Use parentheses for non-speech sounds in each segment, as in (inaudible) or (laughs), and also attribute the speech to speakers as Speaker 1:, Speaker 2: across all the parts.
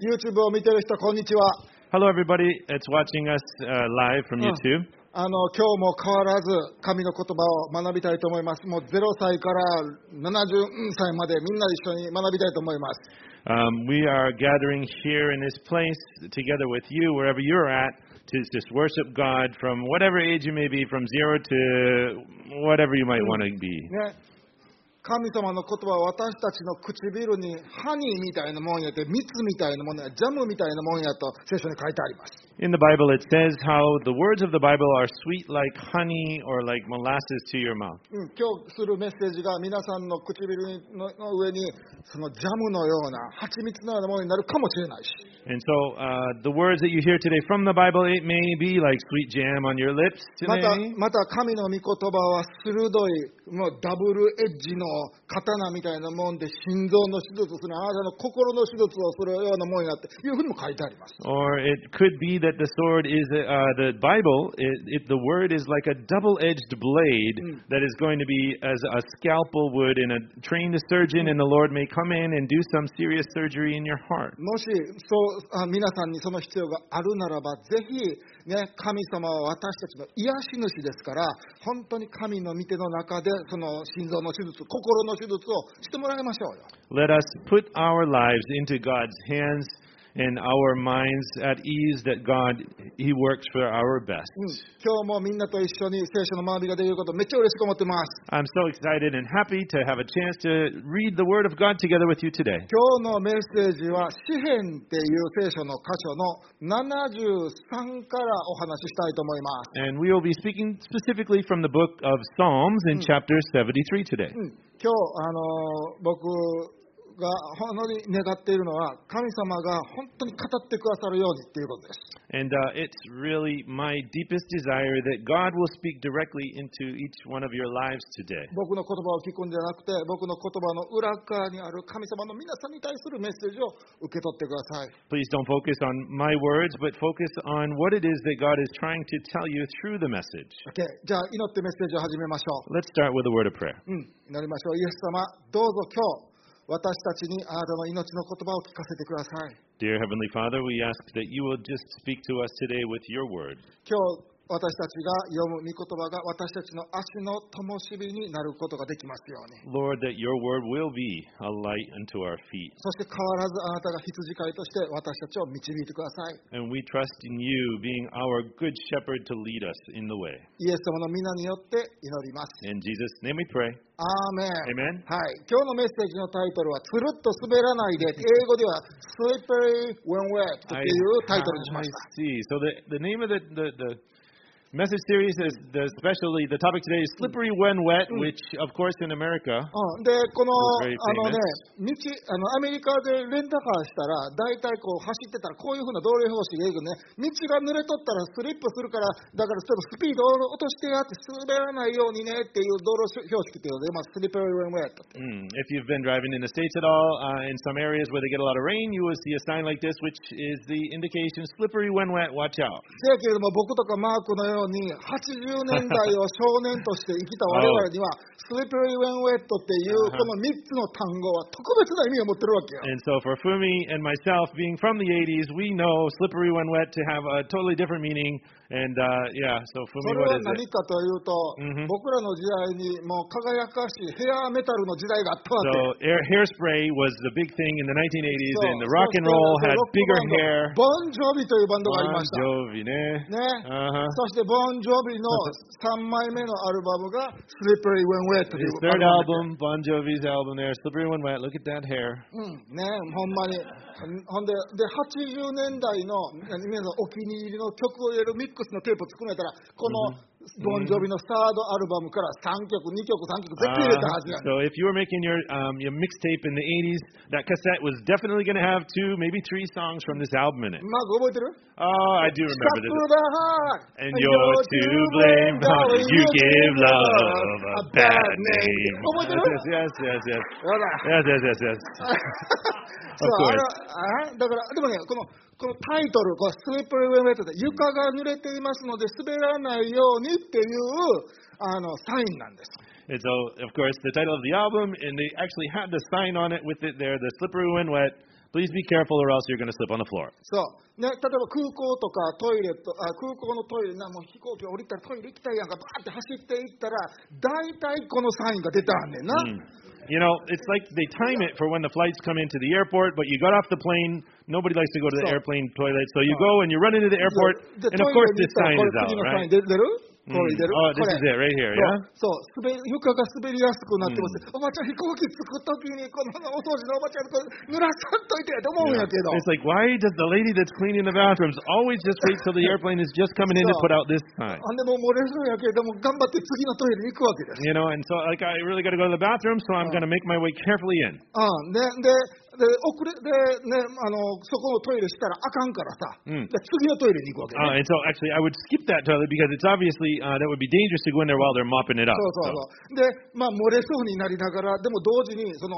Speaker 1: YouTube を見てる人、こんにちは。
Speaker 2: Hello, everybody. It's watching us uh, live from
Speaker 1: Oh.
Speaker 2: YouTube.
Speaker 1: あの今日も変わらず神の言葉を学びたいと思います。もう0歳から70歳までみんな一緒に学びたいと思います。
Speaker 2: Um, we are gathering here in this place together with you, wherever you're at, to just worship God from whatever age you may be, from zero to whatever you might want to be.
Speaker 1: ね、神様の言葉は私たちの唇にハニーみたいなもんやって、蜜みたいなもんや、ジャムみたいなもんやと聖書に書いてあります。
Speaker 2: In the Bible, it says how the words of the Bible are sweet like honey or like molasses to your mouth.
Speaker 1: うん、今日するメッセージが皆さんの唇のの上にそのジャムのような蜂蜜のようなものになるかもしれないし、
Speaker 2: And so, uh, the words that you hear today from the Bible, it may be like sweet jam on your lips
Speaker 1: また
Speaker 2: today.
Speaker 1: また神の御言葉は鋭いもうダブルエッジの刀みたいなもんで心臓の手術をするあなたの心の手術をするようなもんになっていうふうにも書いてあります
Speaker 2: Or it could be that the sword is uh, the Bible. It, it, the word is like a double-edged blade that is going to be as a scalpel would in a trained surgeon, and the Lord may come in and do some serious surgery in your heart.
Speaker 1: もしそうあ皆さんにその必要があるならばぜひ、ね、神様は私たちの癒し主ですから本当に神の御手の中でその心臓の手術心の手術をしてもらいましょうよ
Speaker 2: Let us put our lives into God's hands and our minds at ease. That God, He works for our best.
Speaker 1: うん今日もみんなと一緒に聖書の学びができることめっちゃ嬉しく思ってます
Speaker 2: I'm so excited and happy to have a chance to read the Word of God together with you today.
Speaker 1: 今日のメッセージは詩篇っていう聖書の箇所の73からお話ししたいと思いま
Speaker 2: And we will be speaking specifically from the book of Psalms in chapter 73 today.
Speaker 1: す。うん今日、あのー僕がほんのに願っているのは神様が本当に語ってくださるようにっていうことです。
Speaker 2: And uh, it's really my deepest desire that God will speak directly into each one of your lives today.
Speaker 1: 僕の言葉を聞くんじゃなくて僕の言葉の裏側にある神様の皆さんに対するメッセージを受け取ってください。
Speaker 2: Please don't focus on my words, but focus on what it is that God is trying to tell you through the message.
Speaker 1: OK じゃあ祈ってメッセージを始めましょう。
Speaker 2: Let's start with a word of prayer.
Speaker 1: うん、祈りましょう。イエス様、どうぞ今日私たちにあなたの命の言葉を聞かせてください。
Speaker 2: Dear Heavenly Father, we ask that you will just speak to us today with your word.
Speaker 1: 今日私たちが読む御言葉が私たちの足の灯火になることができますように
Speaker 2: Lord, that your word will be a light unto our feet.
Speaker 1: そして変わらずあなたが羊飼いとして私たちを導いてください
Speaker 2: And we trust in you being our good shepherd to lead us in the way.
Speaker 1: イエス様の皆によって祈ります
Speaker 2: In Jesus' name we pray.
Speaker 1: アーメン
Speaker 2: Amen.
Speaker 1: はい、今日のメッセージのタイトルは「つるっと滑らないで」英語では「Slippery When Wet」とい
Speaker 2: I-
Speaker 1: うタイトルにしま
Speaker 2: I
Speaker 1: した
Speaker 2: see. So the, the name of the, the, the message series is the, especially the topic today is slippery when wet, which of course in America.
Speaker 1: うん、で、この、あ
Speaker 2: Very famous.
Speaker 1: のね、道、あの、アメリカでレンタカーしたら、大体こう走ってたら、こういうふうな道路標識がいるね、道が濡れとったらスリップするから、だからちょっとスピードを落としてやって、滑らないようにねっていう道路標識っていうので、まあ、スリップリウェイ
Speaker 2: Mm. If you've been driving in the states at all, uh, in some areas where they get a lot of rain, you will see a sign like this, which is the indication slippery when wet, watch out.
Speaker 1: せやけれども、僕とかマークのように、80年代を少年として生きた我々 (laughs) には、スリップリウェイトっていう、この3つの単語は特別な意味を持ってるわけよ。
Speaker 2: And so for Fumi and myself, being from the 80s, we know slippery when wet to have a totally different meaning. And uh, yeah,
Speaker 1: そ
Speaker 2: so
Speaker 1: れ
Speaker 2: Fumi, what
Speaker 1: は
Speaker 2: is
Speaker 1: 何
Speaker 2: it?
Speaker 1: かというと、
Speaker 2: Mhm.
Speaker 1: 僕らの時代にもう輝かしいヘアメタルの時代があったわ
Speaker 2: So
Speaker 1: け。
Speaker 2: air, hairspray was the big thing in the
Speaker 1: そう
Speaker 2: 1980s, and the rock and roll
Speaker 1: そう
Speaker 2: had
Speaker 1: ロックバ
Speaker 2: bigger
Speaker 1: ンド
Speaker 2: hair.
Speaker 1: ボンジョビというバンドがありま
Speaker 2: Bon
Speaker 1: した。
Speaker 2: Jovi,
Speaker 1: ね。
Speaker 2: ne? Uh-huh.
Speaker 1: そしてボンジョ
Speaker 2: (laughs)
Speaker 1: ビの3枚目のアルバムが Slippery When Wet という
Speaker 2: His
Speaker 1: バン
Speaker 2: third
Speaker 1: ド
Speaker 2: album, Bon Jovi's album there, Slippery When Wet. Look at that hair.
Speaker 1: うん、ねほんまに。ほんで、で、80年代の皆さんお気に入りの曲を入れるミックスのテープを作られたら、このボンジョビのサードアルバムから3曲、2曲、3曲絶対入れたはず
Speaker 2: Uh,
Speaker 1: やね
Speaker 2: so if you were making your um, your mixtape in the 80s, that cassette was definitely going to have two, maybe three songs from this album in it.
Speaker 1: マーク覚えてる
Speaker 2: Oh, I do
Speaker 1: シャッフルだー
Speaker 2: remember this. And you're to blame how you give love a bad name.
Speaker 1: 覚
Speaker 2: Oh,
Speaker 1: えてる
Speaker 2: Yes, yes, yes, yes.
Speaker 1: やだ
Speaker 2: (laughs) Yes, yes, yes, yes.
Speaker 1: そうあれはあだからでもねこのこのタイトルこのスリップウェイウェイトで床が濡れていますので滑らないようにっていうあのサインなんです
Speaker 2: And so, of course, the title of the album, and they actually had the sign on it with it there, the slippery when wet. Please be careful or else you're going to slip on the floor.
Speaker 1: そう。ね、例えば空港とかトイレと、あ空港のトイレな、もう飛行機降りたらトイレ行きたいやんか、バーって走っていったら、大体このサインが出たんねんな。
Speaker 2: You know, it's like they time it for when the flights come into the airport, but you got off the plane. Nobody likes to go to the
Speaker 1: So-
Speaker 2: airplane toilet, so you go and you run into the airport,
Speaker 1: じゃじゃ
Speaker 2: and of
Speaker 1: トイ
Speaker 2: course
Speaker 1: レに行ったらこれ次のサイン出
Speaker 2: this sign is out, right?
Speaker 1: 出るこれ
Speaker 2: Mm.
Speaker 1: 出る
Speaker 2: Oh,
Speaker 1: こ
Speaker 2: this
Speaker 1: れ
Speaker 2: is it right here,
Speaker 1: そうそう滑
Speaker 2: yeah?
Speaker 1: り床が滑りやすくなってます、おばちゃん飛行機着くときにこのお掃除のおばちゃんと濡らさんといてと思うんや
Speaker 2: Yeah.
Speaker 1: けど、
Speaker 2: It's like, why does the lady that's cleaning the bathrooms always just wait till (laughs) the airplane is just coming in to
Speaker 1: So-
Speaker 2: put out this sign?
Speaker 1: ほんでもう漏れるんやけども頑張って次のトイレに行くわけです
Speaker 2: You know, and so like I really got to go to the bathroom, so I'm going to make my way carefully in.
Speaker 1: うん、で、で、で、遅れ、で、ね、あの、そこのトイレしたらあかんからさ、
Speaker 2: うん
Speaker 1: で次のトイレに行くわけね。
Speaker 2: Uh, and so actually, I would skip that toilet because it's obviously uh, that would be dangerous to go in there while they're mopping it up.
Speaker 1: そうそうそう。で、まあ、漏れそうになりながら、でも同時に、その、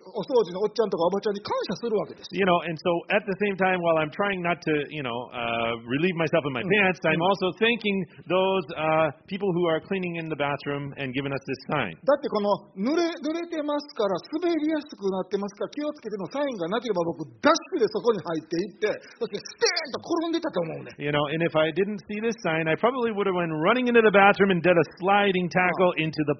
Speaker 1: お掃除のおっちゃんとかおばちゃんに感謝するわけです。
Speaker 2: you know, and so at the same time, while I'm trying not to, you know, uh, relieve myself of my pants, I'm also thanking those uh, people who are cleaning in the bathroom and giving us this sign.
Speaker 1: だってこの濡れ濡れてますから滑りやすくなってますから気をつけてのサインがなければ僕ダッシュでそこに入っていってそしてステーンと転んでたと思うね
Speaker 2: You know, and if I didn't see this sign, I probably would have went running into the bathroom and did a sliding tackle into the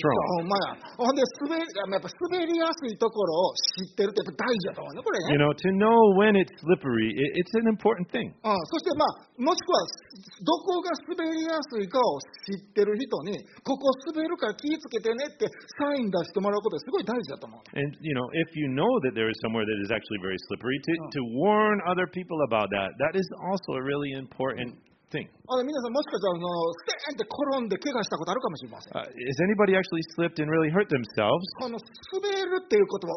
Speaker 1: い や
Speaker 2: throne.
Speaker 1: ほんまやほんで滑りやっぱ滑りやすいところを知ってるってやっぱ大事だと思うねこれ
Speaker 2: You
Speaker 1: ね、
Speaker 2: know, to know when it's slippery, i it's an important thing.
Speaker 1: うん、そしてまあもしくはどこが滑りやすいかを知ってる人にここ滑るから気をつけてねってサイン出してもらうことがすごい大事だと思う
Speaker 2: And you know, if you know that there is somewhere that is actually very slippery, to, to warn other people about that, that is also a really important thing.
Speaker 1: あれ皆さんもしかしたらあのステーンって転んで怪我したことあるかもしれません
Speaker 2: Uh, has anybody actually slipped and really hurt themselves?
Speaker 1: この滑るっていう言葉、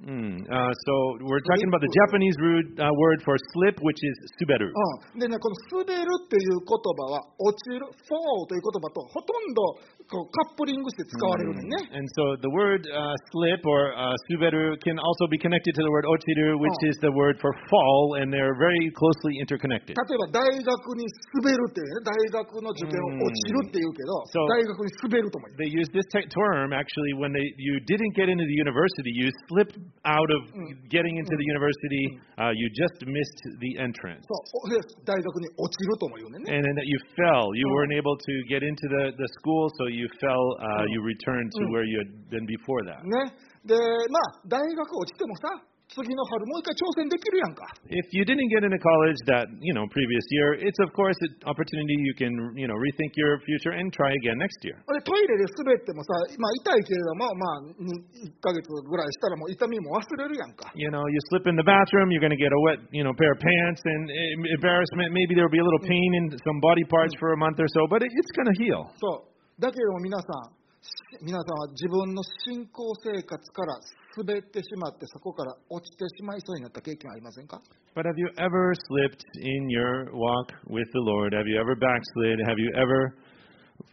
Speaker 1: 面白い言葉、日本語でね。
Speaker 2: Mm. Uh, so we're talking about the Japanese root, uh, word for slip, which is suberu.
Speaker 1: うん、でね、この滑るっていう言葉は、落ちる、フォーという言葉とほとんどこうカップリングして使われるのねんね。
Speaker 2: And so the word uh, slip or uh, suberu can also be connected to the word ochiru, which
Speaker 1: Oh.
Speaker 2: is the word for fall, and they're very closely interconnected.
Speaker 1: 例えば大学に滑るっていうね、大学の受験を落ちるっていうけど、
Speaker 2: そう
Speaker 1: 大学に滑るとも言う。
Speaker 2: They use this te- term actually when they, you didn't get into the university, you slipped out of getting into the university, uh, you just missed the entrance.
Speaker 1: そう、おで大学に落ちるとも言うねんね。
Speaker 2: And then that you fell. You weren't able to get into the, the school, so you fell. Uh, you returned to where you had been before that.
Speaker 1: ね。で、まあ、大学落ちてもさ、次の春もう一回挑戦できるやんか。
Speaker 2: If you didn't get into college that you know previous year, it's of course an opportunity you can you know rethink your future and try again next year.
Speaker 1: でトイレで滑ってもさ、まあ、痛いけれども、まあ、1ヶ月ぐらいしたらもう痛みも忘れるやんか。
Speaker 2: You know, you slip in the bathroom, you're going to get a wet you know pair of pants and em- embarrassment. Maybe there'll be a little pain in some body parts for a month or so, but it- it's going to heal.
Speaker 1: そう。だけれども皆さん、し皆さんは自分の信仰生活から滑ってしまって、そこから落ちてしまいそうになった経験ありませんか
Speaker 2: But have you ever slipped in your walk with the Lord? Have you ever backslid? Have you ever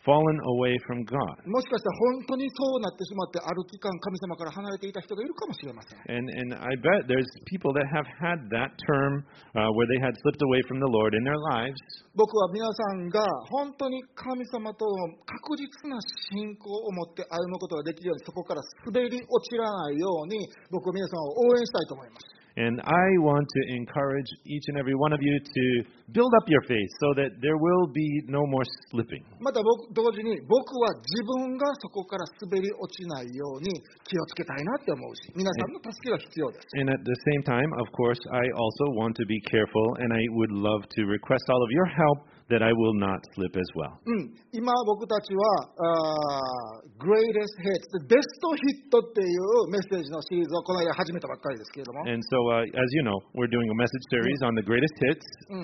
Speaker 2: fallen away from God?
Speaker 1: もしかしたら本当にそうなってしまって、ある期間神様から離れていた人がいるかもしれません。
Speaker 2: And and I bet there's people that have had that term uh, where they had slipped away from the Lord in their lives.
Speaker 1: 僕は皆さんが本当に神様との確実な信仰を持って歩むことができるように、そこから滑り落ちらないように、僕は皆さんを応援したいと思います。
Speaker 2: And I want to encourage each and every one of you to build up your faith so that there will be no more slipping.
Speaker 1: また僕同時に僕は自分がそこから滑り落ちないように気をつけたいなって思うし皆さんの助けが必要です。
Speaker 2: And at the same time, of course, I also want to be careful and I would love to request all of your help that I will not slip as well.
Speaker 1: うん、今僕たちはあー Greatest Hits ベストヒットっていうメッセージのシリーズをこの間始めたばっかりですけれども、
Speaker 2: And so, uh, as you know, we're doing a message series on the greatest hits.
Speaker 1: うん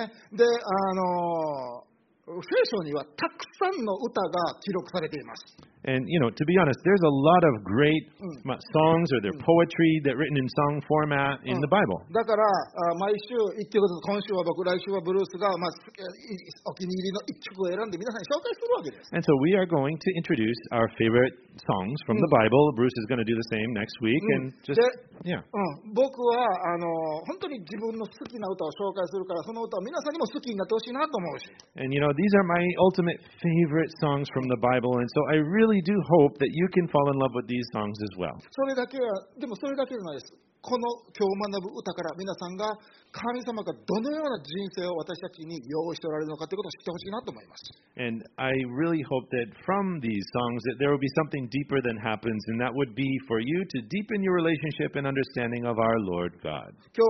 Speaker 1: ね、であのー聖書にはたくさんの歌が記録されています。
Speaker 2: And, you know, to be honest, there's a lot of great uh, songs or their poetry that written in song format in the Bible.
Speaker 1: だから、あ毎週1曲ずつ、今週は僕、来週はブルースが、まあ、すえいお気に入りの1曲を選んで皆さんに紹介するわけです。
Speaker 2: And so we are going to introduce our favorite songs from the Bible. Bruce is going to do the same next week. And
Speaker 1: Mm.
Speaker 2: just,
Speaker 1: That-
Speaker 2: yeah.
Speaker 1: うん、僕はあの本当に自分の好きな歌を紹介するから、その歌を皆さんにも好きになってほしいなと思うし、
Speaker 2: And, you know, these are my ultimate favorite songs from the Bible. And so I really do hope that you can fall in love with these songs as well.
Speaker 1: それだけは、でもそれだけじゃないです。この今日学ぶ歌から皆さんが神様がどのような人生を私たちに用意しておられるのかということを知ってほしいなと思います。
Speaker 2: And I really hope that from these songs that there will be something deeper than happens, and that would be for you to deepen your relationship and understanding of our Lord God.
Speaker 1: 今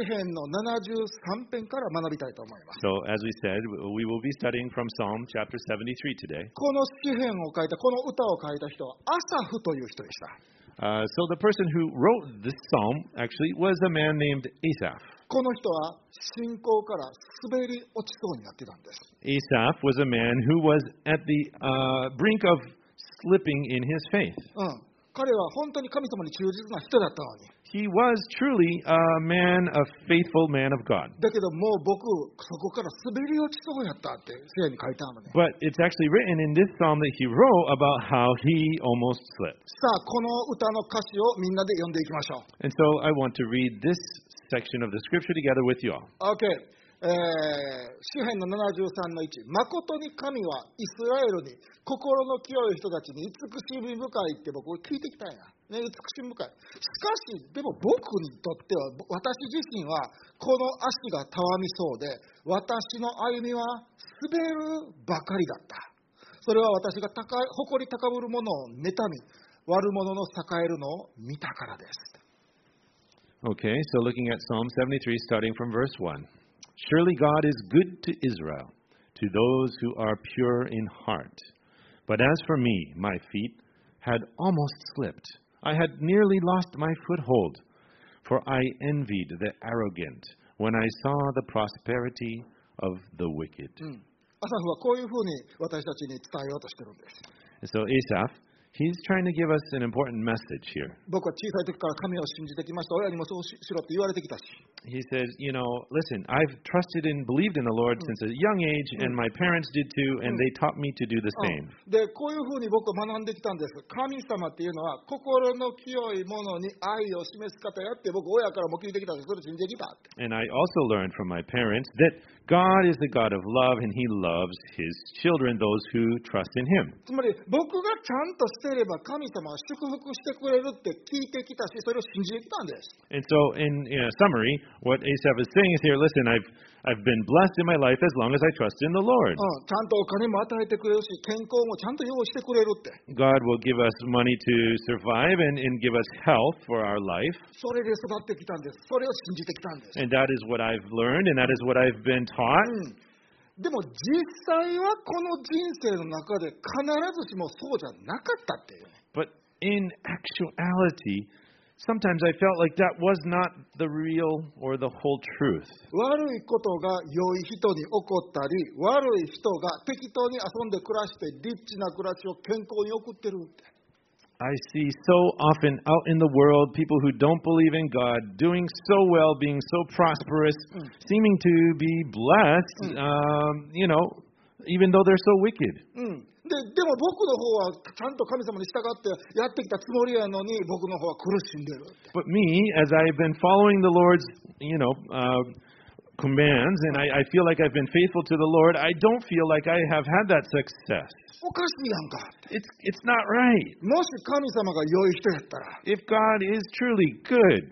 Speaker 1: 日は詩篇の73編から学びたいと思います。
Speaker 2: So, as we said, we will be studying from Psalm chapter 73 today.
Speaker 1: この詩篇を書いた、この歌を書いた人はアサフという人でした。
Speaker 2: Uh, so, the person who wrote this psalm actually was a man named Asaph.
Speaker 1: この人は信仰から滑り落ちそうになってたんです。
Speaker 2: Asaph was a man who was at the uh, brink of slipping in his faith.
Speaker 1: うん、彼は本当に神様に忠実な人だったのに。
Speaker 2: He was truly a man, a faithful man of God.
Speaker 1: だけどもう僕、そこから滑り落ちそうやったって、聖に書いてあるのね。
Speaker 2: But it's actually written in this psalm that he wrote about how he almost slipped.
Speaker 1: さあ、この歌の歌詞をみんなで読んでいきましょう。
Speaker 2: And so I want to read this section of the scripture together with you all.
Speaker 1: OK。えー、詩篇の73の1。誠に神はイスラエルに心の清い人たちに慈しみ深いって僕聞いてきたんや。ね、慈しみ深い。しかし、でも僕にとっては、私自身はこの足がたわみそうで、私の歩みは滑るばかりだった。それは私が高い誇り高ぶる者を妬み、悪者の栄えるのを見たからです。
Speaker 2: Okay, so looking at Psalm 73, starting from verse 1. Surely God is good to Israel, to those who are pure in heart. But as for me, my feet had almost slipped. I had nearly lost my foothold, for I envied the arrogant when I saw the prosperity of the wicked.
Speaker 1: アサフはこういうふうに私たちに伝えようとしてるんです。
Speaker 2: And so Asaph, he's trying to give us an important message here.
Speaker 1: 僕は小さい時から神を信じてきました。親にもそうししろって言われてきたし。
Speaker 2: He says, you know, listen, I've trusted and believed in the Lord since a young age, and my parents did too, and they taught me to do the
Speaker 1: Oh.
Speaker 2: same.
Speaker 1: で、こういうふうに僕は学んできたんです。神様っていうのは心の清いものに愛を示す方やって僕親からも聞いてきたし、それ信じてきたって。
Speaker 2: And I also learned from my parents that God is the God of love, and He loves His children, those who trust in Him.
Speaker 1: つまり僕がちゃんとしてれば神様は祝福してくれるって聞いてきたし、それを信じてきたんです。
Speaker 2: And so, in, in a summary, what Asaph is saying is here listen, I've, I've been blessed in my life as long as I trust in the Lord.
Speaker 1: うん、ちゃんとお金も与えてくれるし、健康もちゃんと用意してくれるって。
Speaker 2: God will give us money to survive and, and give us health for our life.
Speaker 1: それで育ってきたんです。それを信じてきたんです。
Speaker 2: And that is what I've learned, and that is what I've been taught.
Speaker 1: うんでも実際はこの人生の中で必ずしもそうじゃなかったっていうね。
Speaker 2: But in actuality, sometimes I felt like that was not the real or the whole truth.
Speaker 1: 悪いことが良い人に起こったり、悪い人が適当に遊んで暮らしてリッチな暮らしを健康に送ってるって。
Speaker 2: I see so often out in the world people who don't believe in God doing so well, being so prosperous, seeming to be blessed, um, you know, even though they're so wicked.
Speaker 1: うん、ででも僕の方はちゃんと神様に従ってやってきたつもりやのに僕の方は苦しんでるって。
Speaker 2: But me, as I've been following the Lord's, you know, uh, commands, and I, I feel like I've been faithful to the Lord, I don't feel like I have had that success.
Speaker 1: おかしいやんかって。
Speaker 2: It's it's not right.
Speaker 1: もし神様が良い人やったら、
Speaker 2: If God is truly good,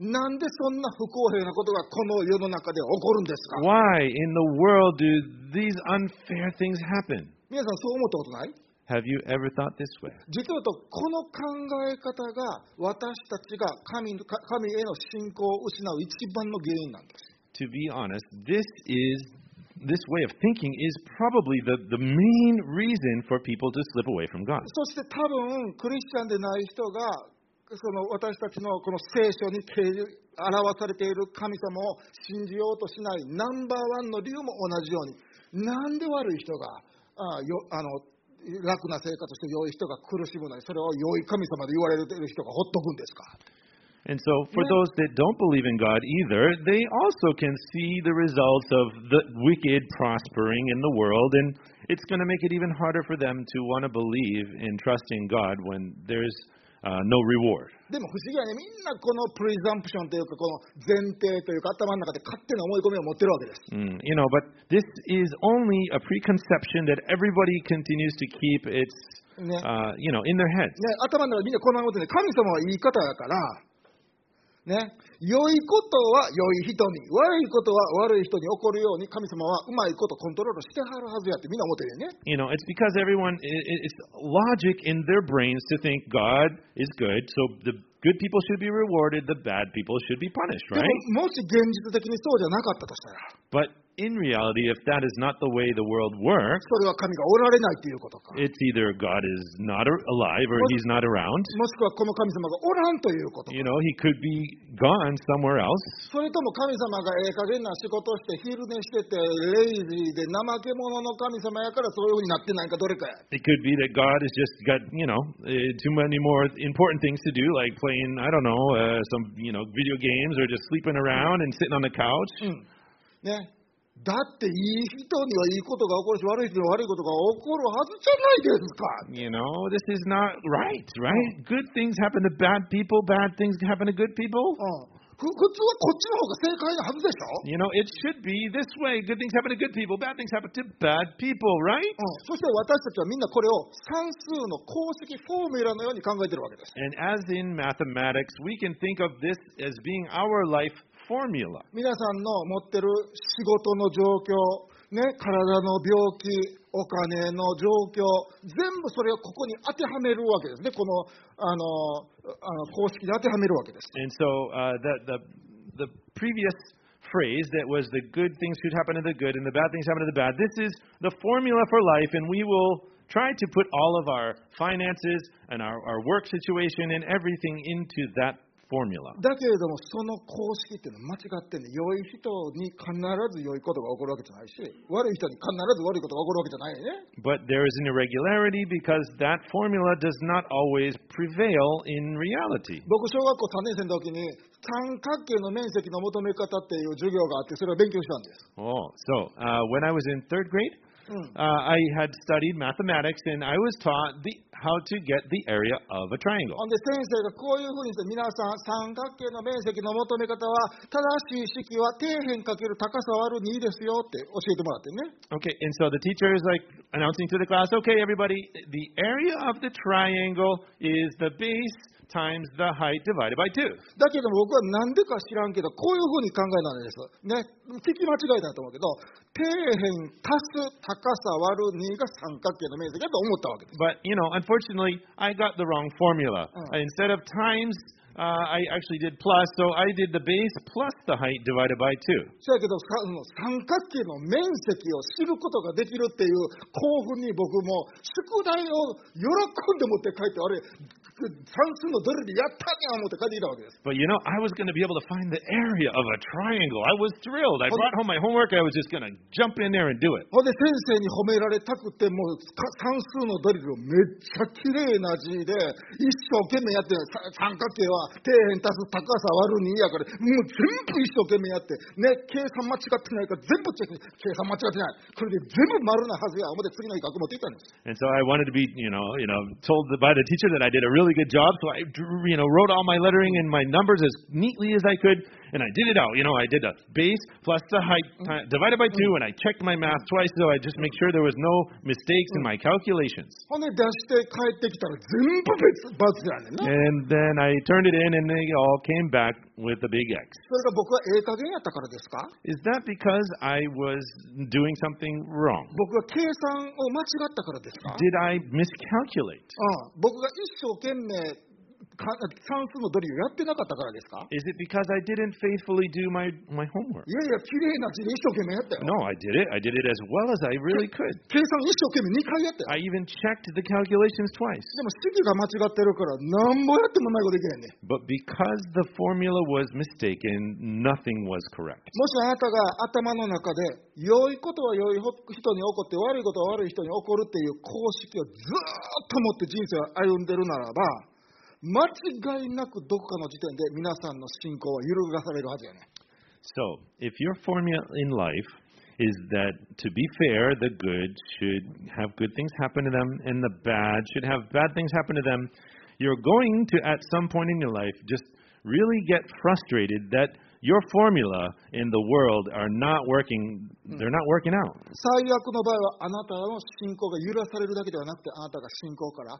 Speaker 1: うん、なんでそんな不公平なことがこの世の中で起こるんですか
Speaker 2: why in the world do these unfair things happen?
Speaker 1: 皆さんそう思ったことない
Speaker 2: Have you ever thought this way?
Speaker 1: 実はとこの考え方が私たちが神の神への信仰を失う一番の原因なんです。
Speaker 2: To be honest, this is this way of thinking is probably the, the main reason for people to slip away from God.
Speaker 1: そして多分クリスチャンでない人がその私たちのこの聖書に掲示表されている神様を信じようとしないナンバーワンの理由も同じようになんで悪い人があよあの楽な生活して良い人が苦しむのにそれを良い神様で言われている人がほっとくんですか
Speaker 2: And so for
Speaker 1: Yeah.
Speaker 2: those that don't believe in God either, they also can see the results of the wicked prospering in the world and it's going to make it even harder for them to want to believe and trust in God when there's uh, no reward.
Speaker 1: でも不思議やねみんなこのプリザンプションというかこの前提というか頭の中で勝手な思い込みを持ってるわけです
Speaker 2: Mm, you know, but this is only a preconception that everybody continues to keep its,
Speaker 1: Yeah.
Speaker 2: uh, you know, in their heads.
Speaker 1: ね、頭の中でみんなこんなことで、神様はいい方やから、ね、良いことは良い人に、悪いことは悪い人に起こるように、神様はうまいことコントロールしてはるはずやってみんな思ってるよね。
Speaker 2: You know, it's because everyone, i- i- it's logic in their brains to think God is good, so the good people should be rewarded, the bad people should be punished,
Speaker 1: で
Speaker 2: right?
Speaker 1: も、もし現実的にそうじゃなかったとしたら、
Speaker 2: But in reality, if that is not the way the world works,
Speaker 1: それは神がおられないということか。もし
Speaker 2: it's either God is not a- alive or he's not around.
Speaker 1: くはこの神様がおらんということか
Speaker 2: You know, he could be gone somewhere else.
Speaker 1: それとも神様がええ加減な仕事して昼寝しててレイジーで怠け者の神様やからそういう風になってないかどれかや。
Speaker 2: It could be that God has just got, you know, uh, too many more important things to do, like playing, I don't know, uh, some, you know, video games or just sleeping around and sitting on the couch.
Speaker 1: うん。ね。だっていい人にはいいことが起こるし悪い人には悪いことが起こるはずじゃないですか。
Speaker 2: You know, this is not right, right? Good things happen to bad people, bad things happen to good people.
Speaker 1: うん。ふ普通はこっちの方が正解なはずでしょ
Speaker 2: You know, it should be this way. Good things happen to good people, bad things happen to bad people,
Speaker 1: う
Speaker 2: right?
Speaker 1: ん、そして私たちはみんなこれを算数の公式フォーミュラのように考えてるわけです。
Speaker 2: And as in mathematics, we can think of this as being our life formula.
Speaker 1: 皆さんの持ってる仕事の状況、ね、体の病気、お金の状況、全部それをここに当てはめるわけですね、このあのあの公式で当てはめるわけです。
Speaker 2: And so uh, the, the the previous phrase that was the good things should happen to the good and the bad things happen to the bad. This is the formula for life, and we will try to put all of our finances and our, our work situation and everything into that formula.
Speaker 1: だけれども、その公式っていうのは間違ってんで、良い人に必ず良いことが起こるわけじゃないし、悪い人に必ず悪いことが起こるわけじゃないよね。
Speaker 2: But there is an irregularity because that formula does not always prevail in reality.
Speaker 1: 僕、小学校3年生の時に、三角形の面積の求め方っていう授業があって、それを勉強したんです。
Speaker 2: Oh, so uh, when I was in third grade,
Speaker 1: Mm.
Speaker 2: uh, I had studied mathematics and I was taught the, how to get the area of a triangle.
Speaker 1: ほんで先生がこういうふうにして皆さん三角形の面積の求め方は正しい式は底辺かける高さ割る2ですよって教えてもらってね
Speaker 2: Okay, and so the teacher is like announcing to the class, okay, everybody, the area of the triangle is the base times the height divided by two.
Speaker 1: だけど僕は何でか知らんけどこういうふうに考えなんですね聞き間違いだと思うけど底辺足す高さ割る2が三角形の面積だと思ったわけです
Speaker 2: But, you know, unfortunately, I got the wrong formula.
Speaker 1: Oh.
Speaker 2: Instead of times, uh, I actually did plus, so I did the base plus the height divided by two.
Speaker 1: そやけどさその三角形の面積を知ることができるっていう興奮に僕も宿題を喜んで持って帰ってあれ算数のドリルやったにゃん思って帰ってきたわけです
Speaker 2: But, you know, I was going to be able to find the area of a triangle. I was thrilled. I
Speaker 1: Well,
Speaker 2: brought home my homework, I was just going to jump in there and do it.
Speaker 1: ほんで先生に褒められたくてもうか算数のドリルをめっちゃ綺麗な字で一生懸命やってさ三角形は底辺足す高さ割る2やからもう全部一生懸命やってね計算間違ってないから全部チェック計算間違ってないこれで全部丸なはずや思って次の日学持って行ったんです
Speaker 2: And so I wanted to be, you know, you know, told by the teacher that I did a really good job. So I, drew, you know, wrote all my lettering and my numbers as neatly as I could, and I did it out. You know, I did the base plus the height ti- divided by two, and I checked my math twice, so I just make sure there was no mistakes in my calculations.
Speaker 1: ほんで出して帰ってきたら全部別バツやねんな。
Speaker 2: And then I turned it in, and they all came back with a big X.
Speaker 1: それが僕はええ加減やったからですか
Speaker 2: Is that because I was doing something wrong?
Speaker 1: 僕は計算を間違ったからですか
Speaker 2: Did I miscalculate?
Speaker 1: うん僕が一生懸命か算数のドリルやってなかったからですか
Speaker 2: Is it because I didn't faithfully do my, my homework?
Speaker 1: いやいや、綺麗な字で一生懸命やったよ。
Speaker 2: No, I did it. I did it as well as I really could.
Speaker 1: 計算一生懸命2回やったよ。
Speaker 2: I even checked the calculations twice.
Speaker 1: でも式が間違ってるから何もやってもないことできへんねん。
Speaker 2: But because the formula was mistaken, nothing was correct.
Speaker 1: もしあなたが頭の中で良いことは良い人に起こって悪いことは悪い人に起こるっていう公式をずーっと持って人生を歩んでるならば間違いなくどこかの時点で皆さんの信仰は揺るがされるはずやね
Speaker 2: So, if your formula in life is that to be fair, the good should have good things happen to them and the bad should have bad things happen to them, you're going to, at some point in your life, just really get frustrated that your formula in the world are not working, they're not working out.
Speaker 1: 最悪の場合は、あなたの信仰が揺らされるだけではなくて、あなたが信仰から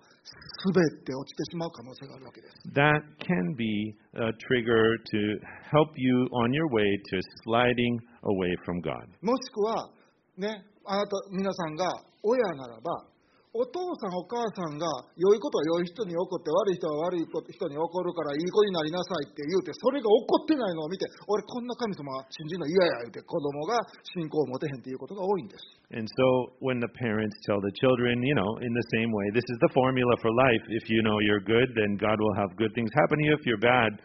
Speaker 1: 滑って落ちてしまう可能性があるわけです。
Speaker 2: That can be a trigger to help you on your way to sliding away from God.
Speaker 1: もしくは、ね、あなた、皆さんが親ならば、お父さん、お母さんが、良いことは良い人に起こって、悪い人は悪いこと人に起こるから、いい子になりなさいって言うて、それが起こってないのを見て、俺、こんな神様信じるの嫌や、言うて、子供が信仰を持てへんっていうことが多いんです。
Speaker 2: And so when the parents tell the children, you know, in the same way, this is the formula for life. If you know you're good, then God will have good things happen to you. If you're bad,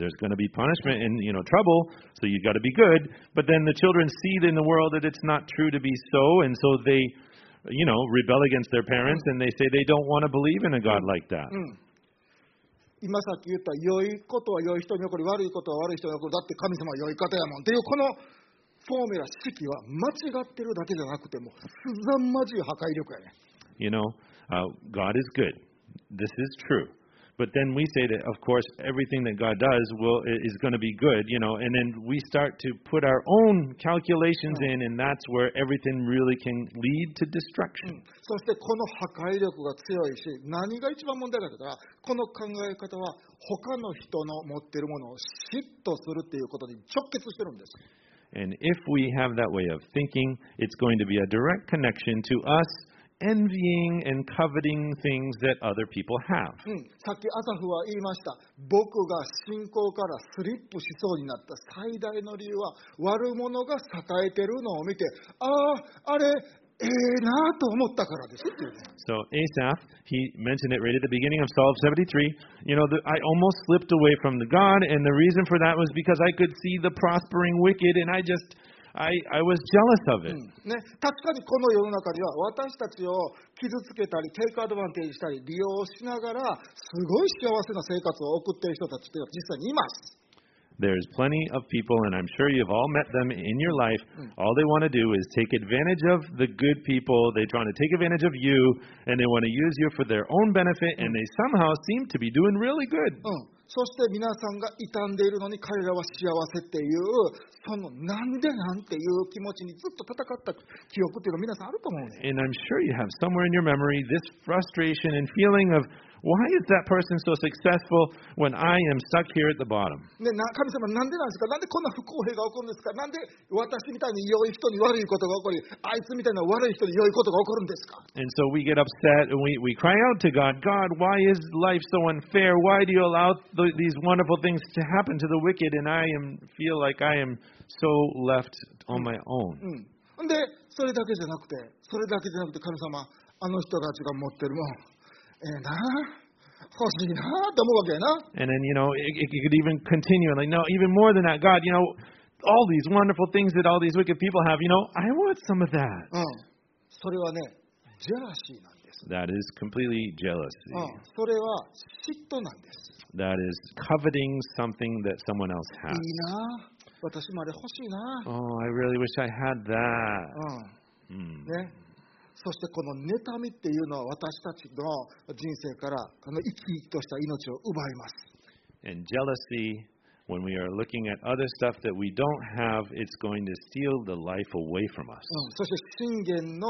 Speaker 2: there's going to be punishment and, you know, trouble. So you've got to be good. But then the children see in the world that it's not true to be so. And so they, you know, rebel against their parents and they say they don't want to believe in a God like that.
Speaker 1: 今さっき言った良いことは良い人に起こり悪いことは悪い人に起こるだって神様は良い方やもんっていうこのフォーミュラ式は間違ってるだけじゃなくてもうすざまじい破壊力やね
Speaker 2: You know, uh, God is good. This is true. But then we say that, of course, everything that God does will i- is going to be good, you know, and then we start to put our own calculations in, and that's where everything really can lead to destruction.
Speaker 1: そしてこの破壊力が強いし何が一番問題かというとこの考え方は他の人の持ってるものを嫉妬するっていうことに直結してるんです
Speaker 2: And if we have that way of thinking, it's going to be a direct connection to us envying and coveting things that other people have.
Speaker 1: うん、さっきアサフは言いました僕が信仰からスリップしそうになった最大の理由は悪者が栄えてるのを見てあああれええなと思ったからですっていうね
Speaker 2: So Asaph, he mentioned it right at the beginning of Psalm 73. You know, the, I almost slipped away from the God, and the reason for that was because I could see the prospering wicked, and I just, I, I was jealous of it.
Speaker 1: ね、確かにこの世の中には私たちを傷つけたりテイクアドバンテージしたり利用しながらすごい幸せな生活を送っている人たちっていうのは実際にいます。
Speaker 2: There's plenty of people, and I'm sure you've all met them in your life. All they want to do is take advantage of the good people. They're trying to take advantage of you, and they want to use you for their own benefit, and they somehow seem to be doing really
Speaker 1: う
Speaker 2: good.
Speaker 1: ん、そして皆さんが傷んでいるのに彼らは幸せっていうそのなんでなんていう気持ちにずっと戦った記憶っていうの皆さんあると思うね
Speaker 2: and I'm sure you have somewhere in your memory this frustration and feeling of why is that person so successful when I am stuck here at the bottom?
Speaker 1: でな神様なんでなんですかなんでこんな不公平が起こるんですかなんで私みたいに良い人に悪いことが起こりあいつみたいな悪い人に良いことが起こるんですか
Speaker 2: And so we get upset and we, we cry out to God, God, why is life so unfair? Why do you allow th- these wonderful things to happen to the wicked? And I am feel like I am so left on my own.
Speaker 1: うん。で、それだけじゃなくて、それだけじゃなくて、神様、あの人たちが持ってるもん、ええな欲しいなと思うわけやな。
Speaker 2: And then, you know, it, it could even continue. And like, no, even more than that, God, you know, all these wonderful things that all these wicked people have, you know, I want some of that.
Speaker 1: うん。それはね、ジェラシーなんです。
Speaker 2: That is completely jealousy.
Speaker 1: うん。それは嫉妬なんです。
Speaker 2: That is coveting something that someone else
Speaker 1: い
Speaker 2: has.
Speaker 1: いな私もあれ欲しいな
Speaker 2: Oh, I really wish I had that.
Speaker 1: う
Speaker 2: うん
Speaker 1: ん。ね。そしてこの妬みっていうのは私たちの人生からあの生き生きとした命を奪います。
Speaker 2: And jealousy, when we are looking at other stuff that we don't have, it's going to steal the life away from us.
Speaker 1: うんそして信玄の、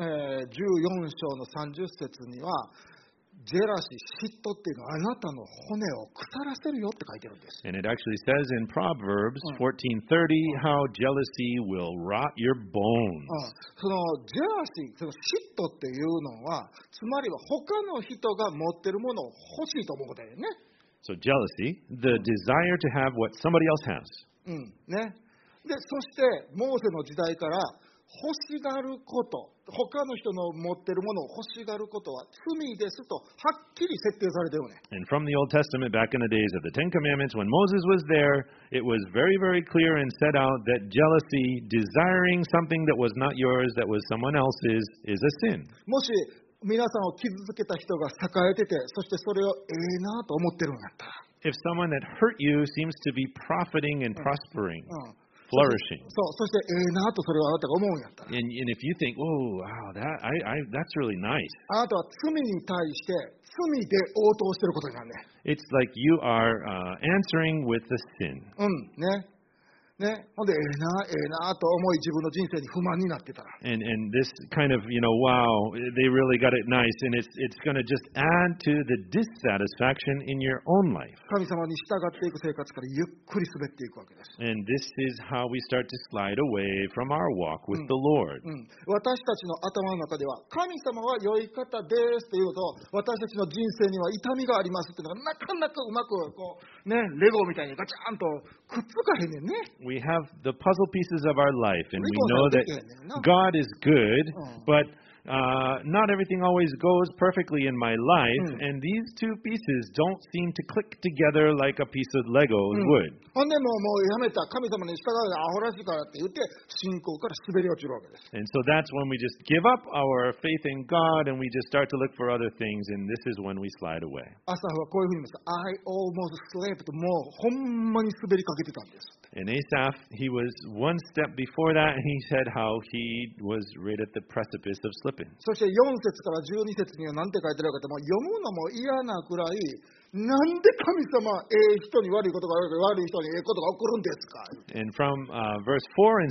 Speaker 1: えー14章の30節には、ジェラシー、嫉妬っていうのはあなたの骨を腐らせるよって書いてるんです。
Speaker 2: And it actually says in Proverbs
Speaker 1: Mm.
Speaker 2: 14:30 how jealousy will rot your
Speaker 1: うん
Speaker 2: bones.
Speaker 1: そのジェラシー、その嫉妬っていうのは、つまりは他の人が持ってるものを欲しいと思うことだよね。
Speaker 2: So jealousy, the desire to have what somebody else has.
Speaker 1: うん、ね。で、そして、モーセの時代から、欲しがること、他の人の持ってるものを欲しがることは罪ですと、はっきり設定されてるよね。
Speaker 2: And from the Old Testament, back in the days of the Ten Commandments, when Moses was there, it was very, very clear and set out that jealousy, desiring something that was not yours, that was someone else's, is a sin.
Speaker 1: もし皆さんを傷つけた人が栄えてて、そしてそれをええなと思ってるんやったら、
Speaker 2: If someone that hurt you seems to be profiting and prospering,
Speaker 1: うん、
Speaker 2: flourishing.
Speaker 1: そう、そしてええなとそれはあなたが思うんやったら、
Speaker 2: And, and if you think, oh, wow, that, I, I, that's really nice,
Speaker 1: あなたは罪に対して罪で応答してることになるね。
Speaker 2: it's like you are uh, answering with the sin.
Speaker 1: うん、ね。ね、ほんで、ええな、ええなと思い自分の人生に不満になってたら、
Speaker 2: And, and this kind of, you know, wow, they really got it nice. And it's, it's going to just add to the dissatisfaction in your own life.
Speaker 1: 神様に従っていく生活からゆっくり滑っていくわけです。
Speaker 2: And this is how we start to slide away from our walk
Speaker 1: Hmm.
Speaker 2: with the Lord.
Speaker 1: うん、私たちの頭の中では、神様は良い方ですというのと、私たちの人生には痛みがありますっていうのが、なかなかうまくこう、ね、レゴみたいにガチャンとくっつかへんねんね。
Speaker 2: We have the puzzle pieces of our life, and we
Speaker 1: Rico
Speaker 2: know
Speaker 1: said
Speaker 2: that
Speaker 1: it, no?
Speaker 2: God is good,
Speaker 1: Oh.
Speaker 2: but uh, not everything always goes perfectly in my life.
Speaker 1: Mm.
Speaker 2: And these two pieces don't seem to click together like a piece of Lego
Speaker 1: Hmm.
Speaker 2: would.
Speaker 1: ほんでもうもうやめた、神様に従うのはアホらしいからって言って、信仰から滑り落ちるわけです。
Speaker 2: And so that's when we just give up our faith in God and we just start to look for other things, and this is when we slide away.
Speaker 1: アサフはこういうふうに言いました。I almost slept もうほんまに滑りかけてたんです。
Speaker 2: And Asaph, he was one step before that, and he said how he was right at the precipice of slipping.
Speaker 1: そして4節から12節には何て書いてあるかって、もう読むのも嫌なくらい、なんで神様、ええ人に悪いことがある悪い人にええことが起こるんですか
Speaker 2: And from uh, verse 4 in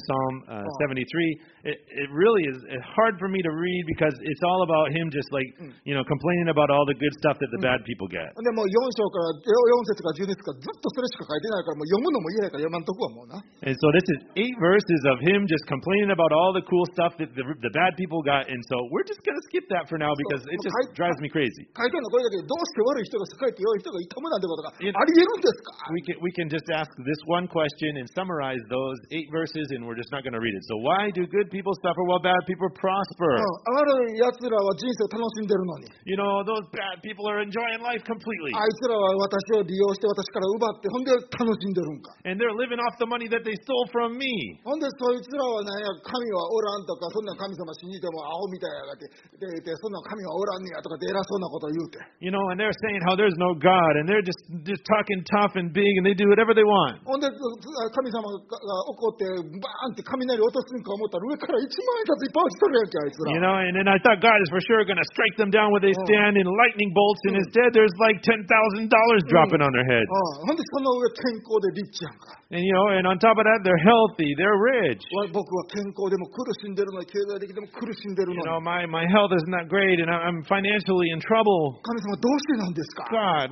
Speaker 2: Psalm uh, 73, it, it really is it's hard for me to read because it's all about him just like, you know, complaining about all the good stuff that the bad people get.
Speaker 1: でもう4章から4節から12節からずっとそれしか書いてないから、もう読むのも嫌やから読まんとこはもうな。
Speaker 2: And so this is eight verses of him just complaining about all the cool stuff that the, the bad people got. And so we're just going to skip that for now because it
Speaker 1: well,
Speaker 2: just
Speaker 1: I-
Speaker 2: drives me crazy.
Speaker 1: 書いてあるのはこれだけで、どうして悪い人が世界って良い人がいたもなんてことがあり
Speaker 2: You-
Speaker 1: 得るんですか
Speaker 2: We can, we can just ask this one question and summarize those eight verses, and we're just not going to read it. So, why do good people suffer while bad people prosper?
Speaker 1: Oh. うん悪い奴らは人生を楽しんでるのに、
Speaker 2: You know, those bad people are enjoying life completely.
Speaker 1: あいつらは私を利用して私から奪って、ほんで楽しんでるんか。
Speaker 2: and they're living off the money that they stole from me.
Speaker 1: ほんでそいつらはなんや、神はおらんとか、そんな神様信じてもアホみたいやがって、ででそんな神はおらんねやとかって偉そうなこと言うて。
Speaker 2: You know, and they're saying how there's no God, and they're just just talking tough and big, and they do whatever they want.
Speaker 1: ほんで、ず神様が怒って、バーンって雷落とすんか思ったら、上から1万円札いっぱい落ちとるやんけ、あいつ
Speaker 2: You
Speaker 1: ら。
Speaker 2: know, and then I thought God is for sure going to strike them down where they
Speaker 1: Oh. Hmm.
Speaker 2: stand in lightning bolts, and instead there's like ten thousand dollars dropping on their head.
Speaker 1: うんほんで、その上健康でリッチやんか。
Speaker 2: And you know, and on top of that, they're healthy, they're rich.
Speaker 1: わ僕は健康でも苦しんでるのに、経済的でも苦しんでる
Speaker 2: You
Speaker 1: の
Speaker 2: know,
Speaker 1: に。
Speaker 2: my my health is not great, and I- I'm financially in trouble.
Speaker 1: 神様どうしてなんですか
Speaker 2: God, why?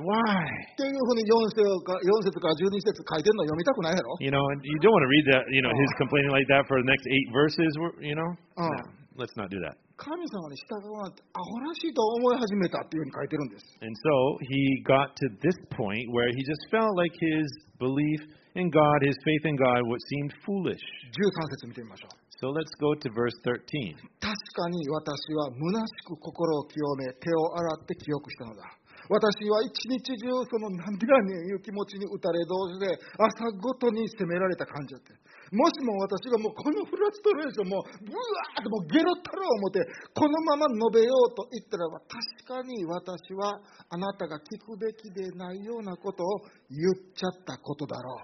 Speaker 1: っていうふうに4節か4節から12節書いてるの読みたくないやろ、
Speaker 2: You know, and you don't want to read that. You know, his complaining like that for the next eight verses. we're- You know,
Speaker 1: Oh.
Speaker 2: No, let's not do that.
Speaker 1: 神様に従わなんてアホらしいと思い始めたっていうふうに書いてるんです。
Speaker 2: And so he got to this point where he just felt like his belief in God, his faith in God, what seemed foolish.
Speaker 1: 13節見てみましょう。
Speaker 2: So let's go to verse 13.
Speaker 1: 確かに私は虚しく心を清め、手を洗って清くしたのだ。私は一日中その涙にいう気持ちに打たれ同時で朝ごとに責められた感じだって。もしも私がもうこのフラストレーションもうブワーってもうゲロったろう思ってこのまま述べようと言ったらば確かに私はあなたが聞くべきでないようなことを言っちゃったことだろ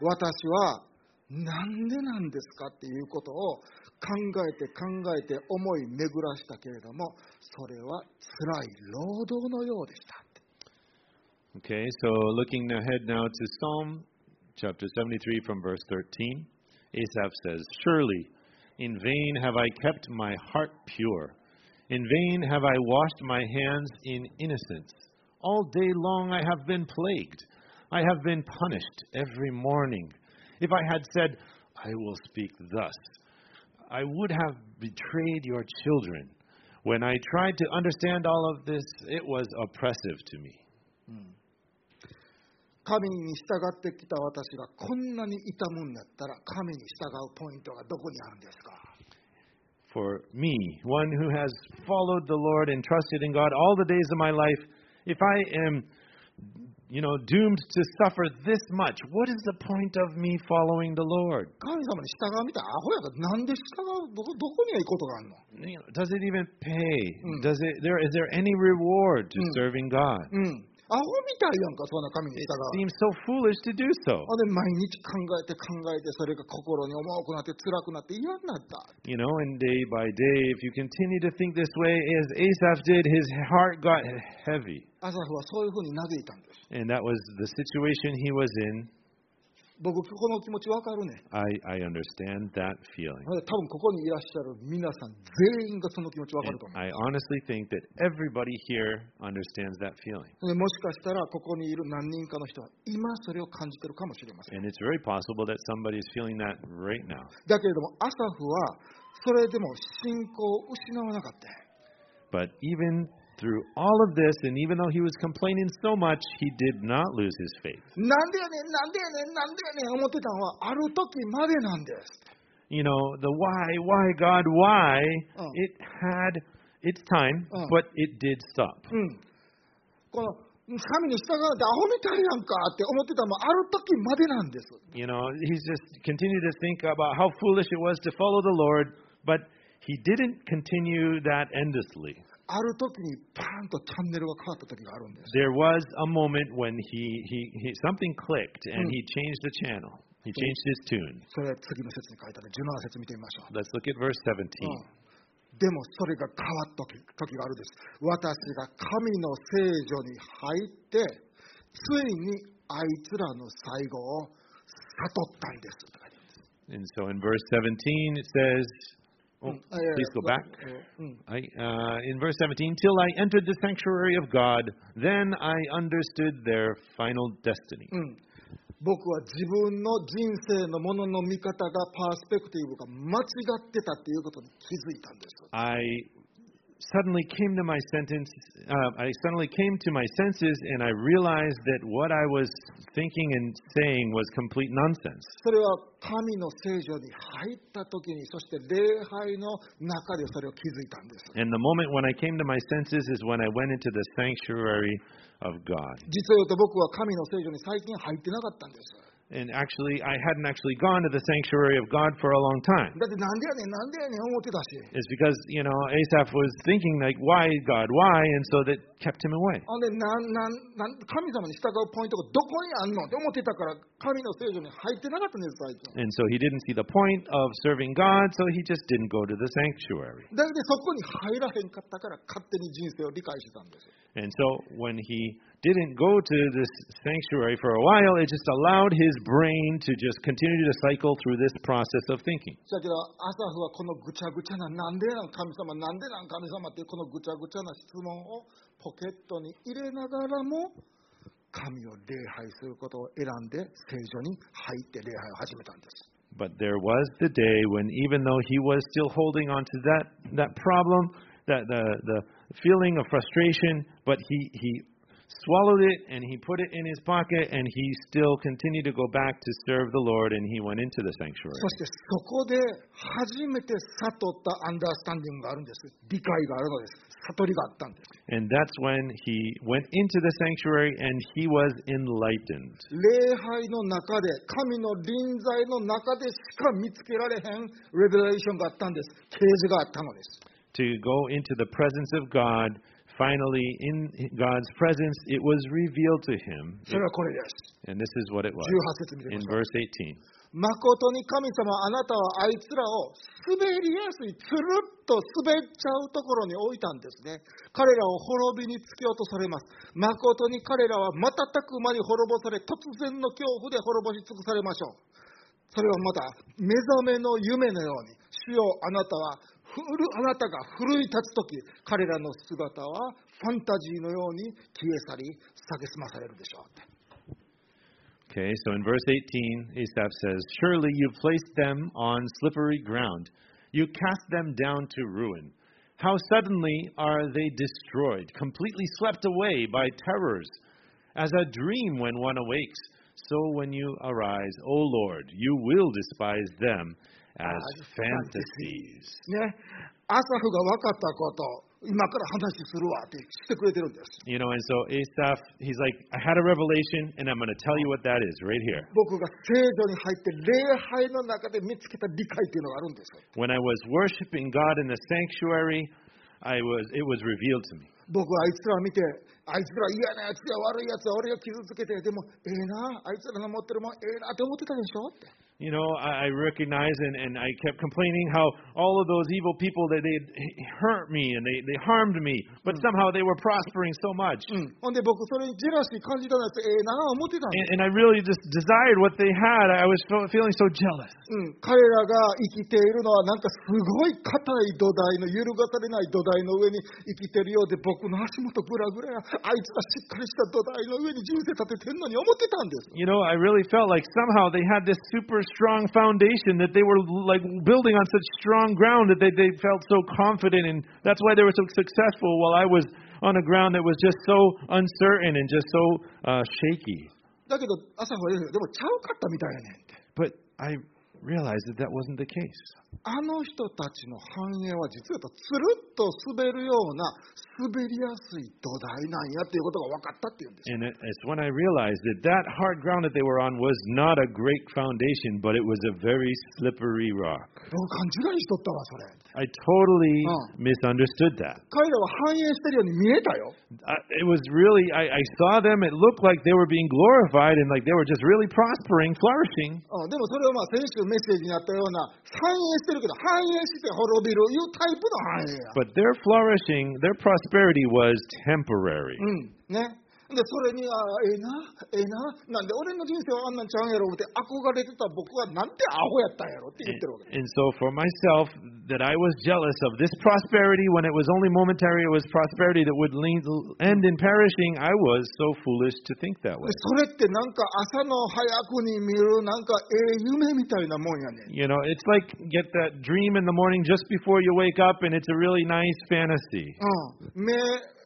Speaker 1: う。私はなんでなんですかっていうことを考えて考えて思い巡らしたけれどもそれは辛い労働のようでしたって
Speaker 2: Okay, so looking ahead now to Psalm chapter 73 from verse 13, Asaph says, Surely in vain have I kept my heart pure. In vain have I washed my hands in innocence. All day long I have been plagued. I have been punished every morning. If I had said, I will speak thus, I would have betrayed your children. When I tried to understand all of this, it was oppressive to me.
Speaker 1: 神に従ってきた私がこんなに痛むんだったら神に従うポイントがどこにあるんですか
Speaker 2: for me, one who has followed the Lord and trusted in God all the days of my life, if I am, you know, doomed to suffer this much, what is the point of me following the Lord?
Speaker 1: 神様に従うみたいなアホやからなんで従うどこどこにはいいことがあるの
Speaker 2: You know, does it even pay?
Speaker 1: Mm.
Speaker 2: Does it there is there any reward to
Speaker 1: Mm.
Speaker 2: serving God?
Speaker 1: うんアホみたいやんか、そんな神に
Speaker 2: It
Speaker 1: 従う。
Speaker 2: seems so foolish to do so.
Speaker 1: ほんで、毎日考えて考えて、それが心に重くなって、辛くなって、嫌になった。
Speaker 2: You know, and day by day, if you continue to think this way, as Asaph did, his heart got heavy.
Speaker 1: アサフはそういうふうに嘆いたんです。
Speaker 2: And that was the situation he was in.
Speaker 1: 僕、この気持ちわかるね。
Speaker 2: I, I understand that feeling.
Speaker 1: ほんで多分ここにいらっしゃる皆さん、全員がその気持ちわかる
Speaker 2: And
Speaker 1: と思う。
Speaker 2: I honestly think that everybody here understands that feeling.
Speaker 1: でもしかしたら、ここにいる何人かの人は、今それを感じてるかもしれません。
Speaker 2: And it's very possible that somebody is feeling that right now.
Speaker 1: だけれども、アサフは、それでも信仰を失わなかった。
Speaker 2: But even through all of this, and even though he was complaining so much, he did not lose his faith.
Speaker 1: なんでやねん、なんでやねん、なんでやねん、思ってたのは、ある時までなんです。
Speaker 2: You know, the why, why, God, why,
Speaker 1: Oh.
Speaker 2: it had its time,
Speaker 1: Oh.
Speaker 2: but it did stop.
Speaker 1: うん。この、神に従うってアホみたいやんかって思ってたのも、ある時までなんです。
Speaker 2: You know, he's just continued to think about how foolish it was to follow the Lord, but he didn't continue that endlessly.
Speaker 1: ある時にパーンとチャンネルが変わった時があるんです。
Speaker 2: There was a moment when he, he, he something clicked
Speaker 1: Mm.
Speaker 2: and he changed the channel. He changed his tune.
Speaker 1: それは次の節に書いてある17節見てみましょう。
Speaker 2: Let's look at verse 17.
Speaker 1: うんでもそれが変わった時時があるんです。私が神の聖女に入って、ついにあいつらの最後を悟ったんです。
Speaker 2: And so in verse 17 it says, oh,
Speaker 1: うんあいやいや
Speaker 2: please go back.
Speaker 1: うん
Speaker 2: I, uh, in verse 17, till I entered the sanctuary of God, then I understood their final destiny.
Speaker 1: うん、僕は自分の人生のものの見方がパースペクティブが間違ってたっていうことに気づいたんです。
Speaker 2: I suddenly came to my sentence. Uh, I suddenly came to my senses, and I realized that what I was thinking and saying was complete nonsense.
Speaker 1: それは神の聖女に入った時に、そして礼拝の中でそれを気づいたんです。
Speaker 2: And the moment when I came to my senses is when I went into the sanctuary of God.
Speaker 1: 実を言うと僕は神の聖女に最近入ってなかったんです。
Speaker 2: And actually, I hadn't actually gone to the sanctuary of God for a long time.
Speaker 1: だってなんでやねん、なんでやねん思ってたし。
Speaker 2: It's because you know Asaph was thinking like, "Why God? Why?" And so that kept him away.
Speaker 1: ほんでなんなんなん神様に従うポイントがどこにあんのって思ってたから神の聖女に入ってなかったんです最近
Speaker 2: And so he didn't see the point of serving God, so he just didn't go to the sanctuary.
Speaker 1: だけどそこに入らへんかったから勝手に人生を理解してたんです
Speaker 2: And so when he didn't go to this sanctuary for a while, it just allowed his brain to just continue to cycle through this process of thinking.
Speaker 1: だけど、アサフはこのぐちゃぐちゃな、なんでなん神様、なんでなん神様っていうこのぐちゃぐちゃな質問をポケットに入れながらも、神を礼拝することを選んで、聖女に入って礼拝を始めたんです。
Speaker 2: But there was the day when, even though he was still holding on to that, that problem, that the, the feeling of frustration, but he, he swallowed it and he put it in his pocket and he still continued to go back to serve the Lord and he went into the sanctuary.
Speaker 1: そしてそこで初めて悟ったアンダースタンディングがあるんです。理解があるのです。悟りがあったんです。
Speaker 2: And that's when he went into the sanctuary and he was enlightened.
Speaker 1: 礼拝の中で、神の臨在の中でしか見つけられへんレベレーションがあったんです。啓示があったのです。
Speaker 2: To go into the presence of God, finally in God's presence, it was revealed to him.
Speaker 1: それはこれです。
Speaker 2: And this is what it was
Speaker 1: 18節見てみ
Speaker 2: in
Speaker 1: ましょう。
Speaker 2: verse 18.
Speaker 1: まことに神様、あなたはあいつらを滑りやすい、つるっと滑っちゃうところに置いたんですね。彼らを滅びに突き落とされます。まことに彼らは瞬く間に滅ぼされ、突然の恐怖で滅ぼし尽くされましょう。それはまた、目覚めの夢のように、主よあなたは、ふるあなたが奮い立つとき、彼らの姿はファンタジーのように消え去り、蔑まされるでしょう。
Speaker 2: Okay, so in verse 18, Asaph says, Surely you placed them on slippery ground. You cast them down to ruin. How suddenly are they destroyed, completely swept away by terrors. As a dream when one awakes, so when you arise, O Lord, you will despise them as
Speaker 1: As
Speaker 2: fantasies.
Speaker 1: ね、アサフが分かったこと、今から話するわってしてくれてるんです。
Speaker 2: You know, and so Asaph, he's like, I had a revelation, and I'm going to tell you what that is right here.
Speaker 1: 僕が聖女に入って礼拝の中で見つけた理解っていうのがあるんです。
Speaker 2: When I was worshiping God in the sanctuary, I was, it was revealed to me.
Speaker 1: 僕はあいつらを見て、あいつら嫌なやつや悪いやつは俺が傷つけて、でもええな、あいつらの持ってるもんええなって思ってたでしょって。
Speaker 2: You know, I, I recognize and, and I kept complaining how all of those evil people that they hurt me and they, they harmed me, but somehow they were prospering so much.
Speaker 1: ほんで僕それにジェラシー感じたんですええなあ思ってたんです。
Speaker 2: And, and I really just desired what they had. I was fe- feeling so jealous.
Speaker 1: うん、彼らが生きているのはなんかすごい硬い土台の揺るがされない土台の上に生きてるようで僕の足元ぐらぐらやあいつがしっかりした土台の上に人生立ててんのに思ってたんです。
Speaker 2: You know, I really felt like somehow they had this super strong foundation that they were like building on such strong ground that they, they felt so confident and that's why they were so successful while I was on a ground that was just so uncertain and just so uh, shaky.
Speaker 1: だけど朝はでもちゃうかったみたいやねんって。
Speaker 2: But I realized that that wasn't the case.
Speaker 1: あの人たちの繁栄は実はつるっと滑るような滑りやすい土台なんやっていうことが分かったっていうんです。
Speaker 2: And it- it's when I realized that that hard ground that they were on was not a great foundation, but it was a very slippery rock.
Speaker 1: 僕勘違いしとったわ、それ。
Speaker 2: I totally
Speaker 1: Oh.
Speaker 2: misunderstood that.
Speaker 1: 彼らは繁栄してるように見えたよ。
Speaker 2: I, it was really, I, I saw them, it looked like they were being glorified and like they were just really prospering, flourishing.
Speaker 1: うんでもそれはまあ先週メッセージにあったような、繁栄してるけど、繁栄して滅びるいうタイプの繁栄や。
Speaker 2: But their flourishing, their prosperity was temporary.
Speaker 1: うん。ね。で、それに、あええな、ええな、なんで俺の人生はあんなんちゃうんやろって憧れてた僕はなんてアホやったんやろって言って
Speaker 2: And,
Speaker 1: るわけ。
Speaker 2: and so for myself, that I was jealous of this prosperity when it was only momentary, it was prosperity that would lean, end in perishing. I was so foolish to think that way.
Speaker 1: でそれってなんか朝の早くに見るなんかええ夢みたいなもんやねん。
Speaker 2: You know, it's like get that dream in the morning just before you wake up, and it's a really nice fantasy.
Speaker 1: うん、目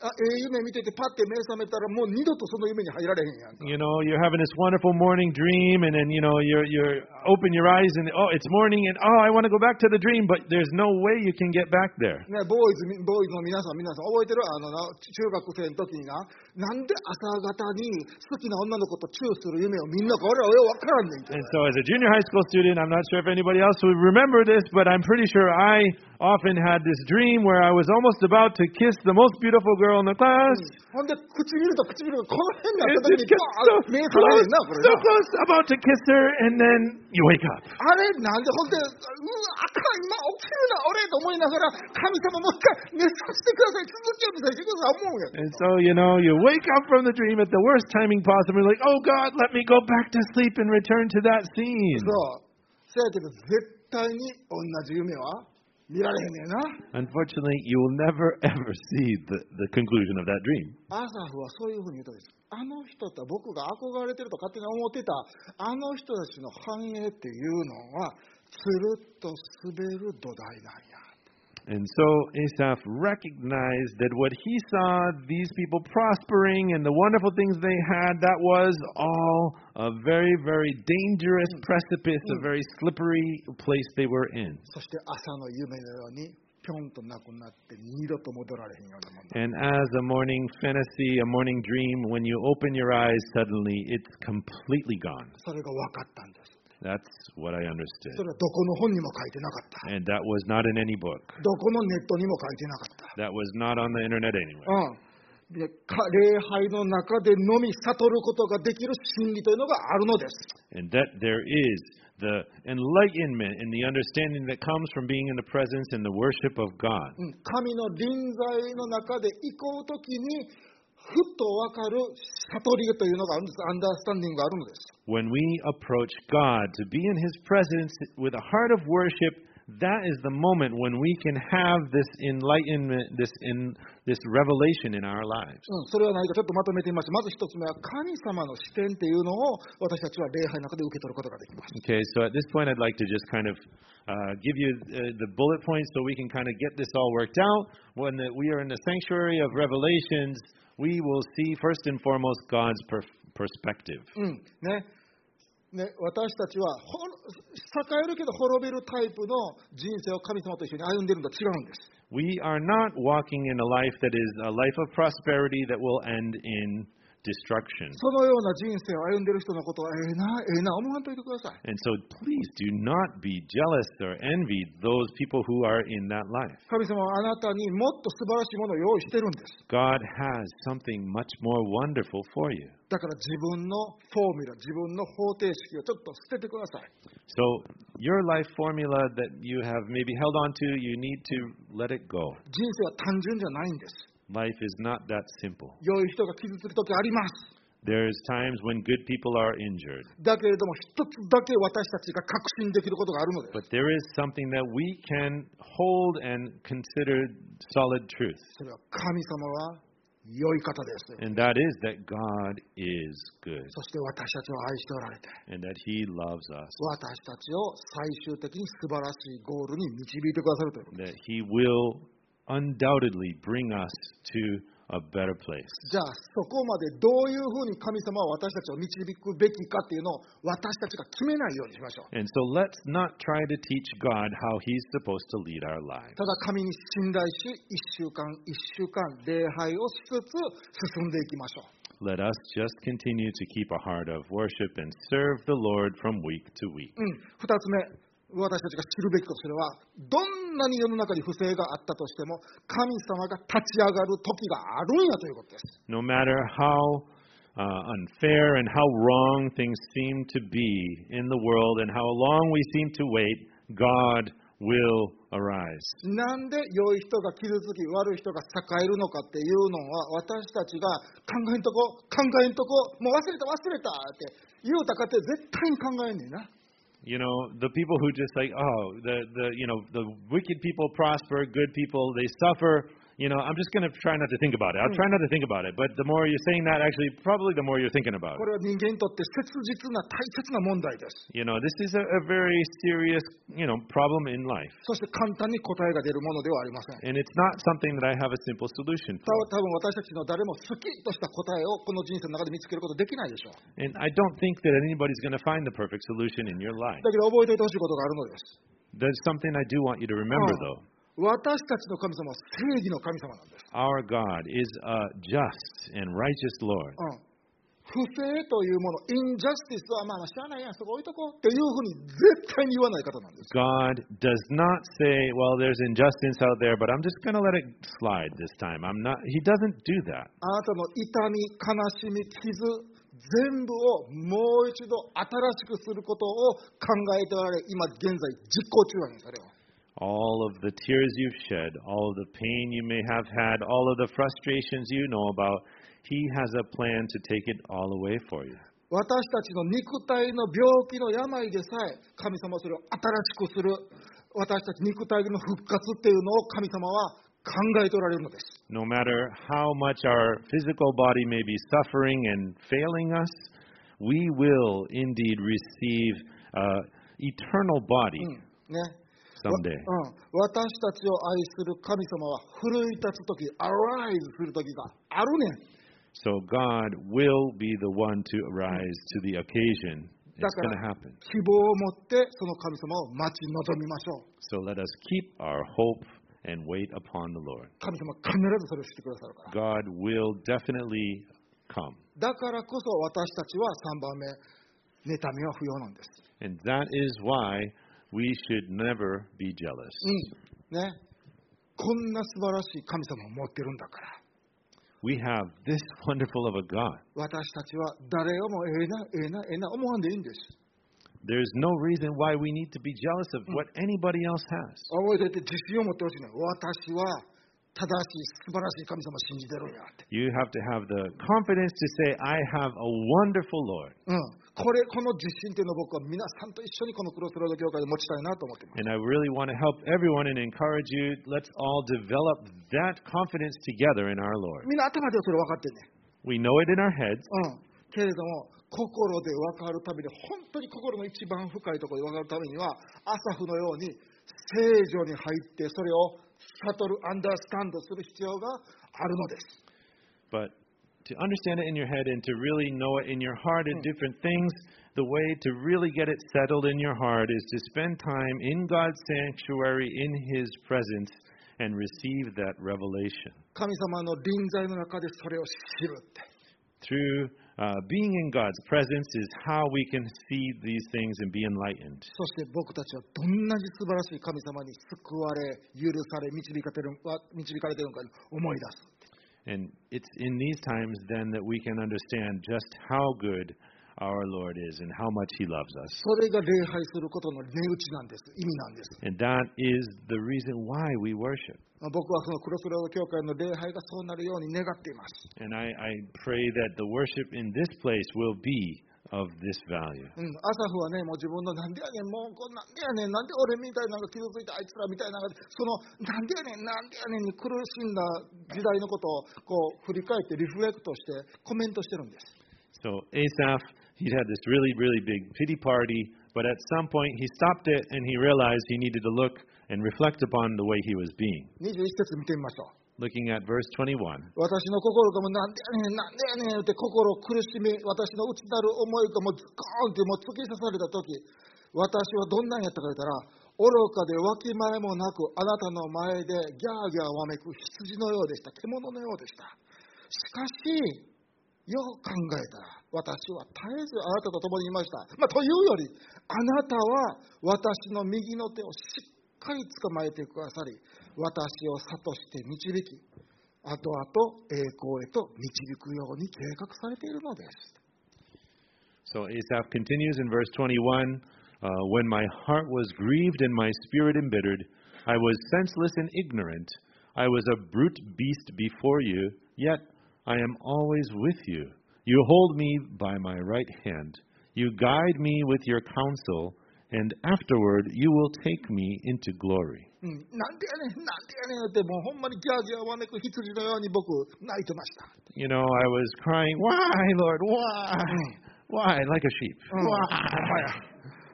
Speaker 1: あええ夢見ててパッて目覚めたらもう二度とその夢に入られへんやんか。
Speaker 2: You know, you're having this wonderful morning dream, and then you know you're you're open your eyes, and oh, it's morning, and oh, I want to go back to the dream, but there's no way you can get back there.
Speaker 1: ね、ボーイズみ、ボーイズの皆さん、皆さん覚えてるあのな、ち中学生の時にな、なんで朝方に好きな女の子とチューする夢をみんなが俺らはようわからんねんけど
Speaker 2: And so, as a junior high school student, I'm not sure if anybody else would remember this, but I'm pretty sure I often had this dream where I was almost about to kiss the most beautiful girl in the class.
Speaker 1: ほんで、唇と唇がこの辺に
Speaker 2: It
Speaker 1: あった時
Speaker 2: just
Speaker 1: に、
Speaker 2: gets
Speaker 1: バーン目覚めるな、これな。
Speaker 2: so close, so close, about to kiss her, and then you wake up.
Speaker 1: あれ、なんで、ほんで、うわ、あかん、今起きるな、俺と思いながら、神様もう一回、寝させてください、続きを見させてください、思うんやけど
Speaker 2: And so, you know, you wake up from the dream at the worst timing possible. You're like, oh God, let me go back to sleep and return to that scene.
Speaker 1: そう。そやけど、絶対に同じ夢は見られへんねんな。
Speaker 2: Unfortunately, you will never, (laughs) ever see the, the conclusion of that dream.
Speaker 1: アサフはそういうふうに言うとです。あの人と僕が憧れてると勝手に思ってた、あの人たちの繁栄っていうのは、つるっと滑る土台なんや。
Speaker 2: And so Asaph recognized that what he saw, these people prospering and the wonderful things they had, that was all a very, very dangerous precipice, a very slippery place they were in.
Speaker 1: そして朝の夢のように、ぴょんとなくなって、二度と戻られへんようなもんだ。
Speaker 2: And as a morning fantasy, a morning dream, when you open your eyes, suddenly it's completely gone.
Speaker 1: それが分かったんです。
Speaker 2: That's what I
Speaker 1: そ
Speaker 2: understood.
Speaker 1: れはどこの本にも書いてなかった。
Speaker 2: And that was not in any book.
Speaker 1: どこのネットにも書いてなかった。
Speaker 2: That was not on the internet anyway.
Speaker 1: うん。でか礼拝の中でのみ悟ることができる真理というのがあるのです。
Speaker 2: And that there is the enlightenment and the understanding that comes from being in the presence and the worship of God.
Speaker 1: うん神の臨在の中で行こうときに、ふっとわかる悟りというのがあるんです。アンダースタンディングがあるのです。
Speaker 2: When we approach God to be in His presence with a heart of worship, that is the moment when we can have this enlightenment, this in this revelation in our lives.
Speaker 1: うん、それは何かちょっとまとめてみましょう。まず一つ目は、神様の視点っていうのを私たちは礼拝の中で受け取ることができます。
Speaker 2: Okay, so at this point, I'd like to just kind of uh, give you uh, the bullet points so we can kind of get this all worked out. When the, we are in the sanctuary of Revelations, we will see first and foremost God's per- perspective.
Speaker 1: うん、ね。ね、私たちはほろ栄えるけど滅びるタイプの人生を神様と一緒に歩んでるのと違うんです。
Speaker 2: We are not walking in a life that is a life of prosperity that will end in destruction.
Speaker 1: そのような人生を歩んでる人のことはええな、ええな、思わんといてください。
Speaker 2: And so please do not be jealous or envy those people who are in that life.
Speaker 1: 神様はあなたにもっと素晴らしいものを用意してるんです。
Speaker 2: God has something much more wonderful for you.
Speaker 1: だから自分のフォーミュラ、自分の方程式をちょっと捨ててください。
Speaker 2: So your life formula that you have maybe held on to, you need to let it go.
Speaker 1: 人生は単純じゃないんです。
Speaker 2: Life is not that simple.
Speaker 1: 良い人が傷つく時あります。
Speaker 2: There's times when good people are injured,
Speaker 1: だけれども、一つだけ私たちが確信できることがあるのです。
Speaker 2: but there is something that we can hold and consider solid truth,
Speaker 1: それは神様は良い方です。
Speaker 2: and that is that God is good
Speaker 1: そして私たちを愛しておられて、
Speaker 2: and that He loves us,
Speaker 1: 私たちを最終的に素晴らしいゴールに導いてくださるということ
Speaker 2: that He will undoubtedly bring us to a better place.
Speaker 1: じゃあ、そこまでどういうふうに神様は私たちを導くべきかっていうのを私たちが決めないようにしましょう。
Speaker 2: And so let's not try to teach God how He's supposed to lead our lives.
Speaker 1: ただ神に信頼し、一週間一週間礼拝をしつつ進んでいきましょう。
Speaker 2: Let us just continue to keep a heart of worship and serve the Lord from week to week.
Speaker 1: うん、二つ目、私たちが知るべきこと、それは、どんなに世の中に不正があったとしても、神様が立ち上がる時があるんやということです。
Speaker 2: No matter how uh, unfair and how wrong things seem to be in the world and how long we seem to wait, God will arise.
Speaker 1: なんで良い人が傷つき、悪い人が栄えるのかっていうのは、私たちが考えんとこ、考えんとこ、もう忘れた、忘れたって言うたかって絶対に考えんねんな。
Speaker 2: You know, the people who just like, oh, the, the you know, the wicked people prosper, good people, they suffer. You know, I'm just going to try not to think about it. I'll try not to think about it. But the more you're saying that, actually, probably the more you're thinking about
Speaker 1: これは
Speaker 2: it.
Speaker 1: 人間にとって切実な大切な問題です。
Speaker 2: You know, this is a, a very serious, you know, problem in life.
Speaker 1: そして簡単に答えが出るものではありません。
Speaker 2: And it's not something that I have a simple solution
Speaker 1: た多分
Speaker 2: for.
Speaker 1: 私たちの誰もスキッとした答えをこの人生の中で見つけることできないでしょう。
Speaker 2: And I don't think that anybody's going to find the perfect solution in your life.
Speaker 1: だけど覚えておいてほしいことがあるのです。
Speaker 2: There's something I do want you to remember, though.
Speaker 1: 私たちの神様は正義の神様なんです。
Speaker 2: Our God is a just and righteous Lord.
Speaker 1: うん、不正というもの、インジャスティスはまあまあ知らないやん、そこ置いとこうっていうふうに絶対に言わない方なんです。
Speaker 2: God does not say, well, there's injustice out there, but I'm just going to let it slide this time. I'm not. He doesn't do that.
Speaker 1: あなたの痛み、悲しみ、傷、全部をもう一度新しくすることを考えておられ、今現在実行中なんです、それは。
Speaker 2: All of the tears you've shed, all of the pain you may have had, all of the frustrations you know about, He has a plan to take it all away for you.
Speaker 1: 私たちの肉体の病気の病でさえ神様はそれを新しくする私たち肉体の復活っていうのを神様は考えておられるのです
Speaker 2: No matter how much our physical body may be suffering and failing us, we will indeed receive uh, eternal body
Speaker 1: Hmm. ねわ
Speaker 2: someday.
Speaker 1: うん、私たちを愛する神様は奮い立つ時アライズする時があるねん
Speaker 2: So God will be the one to rise to the occasion. It's
Speaker 1: Dakara.
Speaker 2: going to happen.
Speaker 1: 希望を持ってその神様を待ち望みましょう
Speaker 2: So let us keep our hope and wait upon the Lord.
Speaker 1: 神様は必ずそれをしてくださるから
Speaker 2: God will definitely come.
Speaker 1: だからこそ私たちは3番目妬みは不要なんです
Speaker 2: And that is why we should never be jealous.
Speaker 1: うん。ね。こんな素晴らしい神様を持ってるんだから。
Speaker 2: We have this (laughs) wonderful of a God.
Speaker 1: 私たちは誰をもええな、ええな、ええな思わんでいいんです。
Speaker 2: There's no reason why we need to be jealous of what anybody else has.
Speaker 1: 覚えておいて自信を持ってほしいの。私は正しい、素晴らしい神様を信じてるんやって。
Speaker 2: You have to have the confidence to say, I have a wonderful Lord.
Speaker 1: うん。これ、この自信っていうのを僕は皆さんと一緒にこのクロスロード教会で持ちたいなと思っています。
Speaker 2: And I really want to help everyone and encourage you. Let's all develop that confidence together in our Lord.
Speaker 1: みんな頭ではそれ分かってんね
Speaker 2: We know it in our heads,
Speaker 1: ん。うん。けれども、心で分かるために、本当に心の一番深いところで分かるためには、アサフのように聖女に入って、それを悟る、アンダースタンドする必要があるのです。
Speaker 2: but to understand it in your head and to really know it in your heart and different things, the way to really get it settled in your heart is to spend time in God's sanctuary, in His presence, and receive that revelation.
Speaker 1: 神様の臨在の中でそれを知るって。
Speaker 2: through uh, being in God's presence is how we can see these things and be enlightened.
Speaker 1: そして僕たちはどんなに素晴らしい神様に救われ、許され、導かれてるわ導かれてるのか思い出す。
Speaker 2: And it's in these times then that we can understand just how good our Lord is and how much He loves us.
Speaker 1: それが礼拝することの値打ちなんです。意味なんです。
Speaker 2: And that is the reason why we worship.
Speaker 1: まあ僕はそのクロスロード教会の礼拝がそうなるように願っています。
Speaker 2: And I, I pray that the worship in this place will be of this value.
Speaker 1: うん、アサフはね、もう自分のなんでやねん、もうこんなんでやねん、なんで俺みたいなのが傷ついたあいつらみたいなのが、そのなんでやねん、なんでやねんに苦しんだ時代のことをこう振り返ってリフレクトしてコメントしてるんです。
Speaker 2: So Asaph, he'd had this really, really big pity party, but at some point he stopped it and he realized he needed to look and reflect upon the way he was being.
Speaker 1: 21節見てみましょう。
Speaker 2: Looking at verse
Speaker 1: 私
Speaker 2: 21.
Speaker 1: の心がもうなんでやねん、なんでやねんって心を苦しみ、私の内なる思いがもうズコーンってもう突き刺されたとき、私はどんなんやったか言ったら、愚かでわきまえもなく、あなたの前でギャーギャーわめく羊のようでした、獣のようでした。しかし、よう考えたら、私は絶えずあなたと共にいました。まあ、というより、あなたは私の右の手をしっかり捕まえてくださり、私を諭して導き、後々栄光へと導くように計画されているのです。
Speaker 2: So Asaph continues in verse 21 uh, When my heart was grieved and my spirit embittered, I was senseless and ignorant. I was a brute beast before you, yet I am always with you. You hold me by my right hand. You guide me with your counsel, and afterward you will take me into glory.
Speaker 1: うん、なんでやねん、なんでやねんって、もうほんまにギャーギャーわめく羊のように僕、泣いてました。
Speaker 2: You know, I was crying, Why, Lord? Why? Why? Like a sheep.
Speaker 1: うん、
Speaker 2: Why?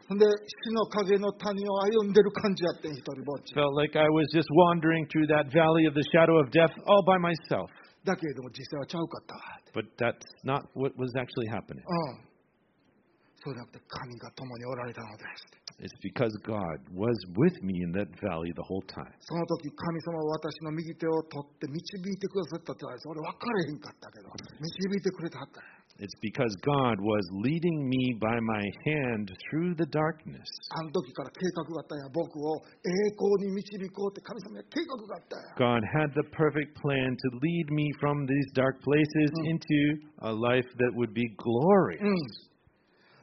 Speaker 1: ほんで、死の影の谷を歩んでる感じやってん、一人ぼっち。
Speaker 2: Felt like I was just wandering through that valley of the shadow of death all by myself.
Speaker 1: だけれども実際はちゃうかったわ。
Speaker 2: But that's not what was actually happening.
Speaker 1: うん。そうじゃなくて、神が共におられたのです。
Speaker 2: It's because God was with me in that valley the whole time.
Speaker 1: その時、神様は私の右手を取って導いてくださったって言われて、俺分かれへんかったけど、導いてくれたはった。
Speaker 2: It's because God was leading me by my hand through the darkness.
Speaker 1: あの時から計画があったんや、僕を栄光に導こうって神様は計画があったんや。
Speaker 2: God had the perfect plan to lead me from these dark places into a life that would be glory.
Speaker 1: うん。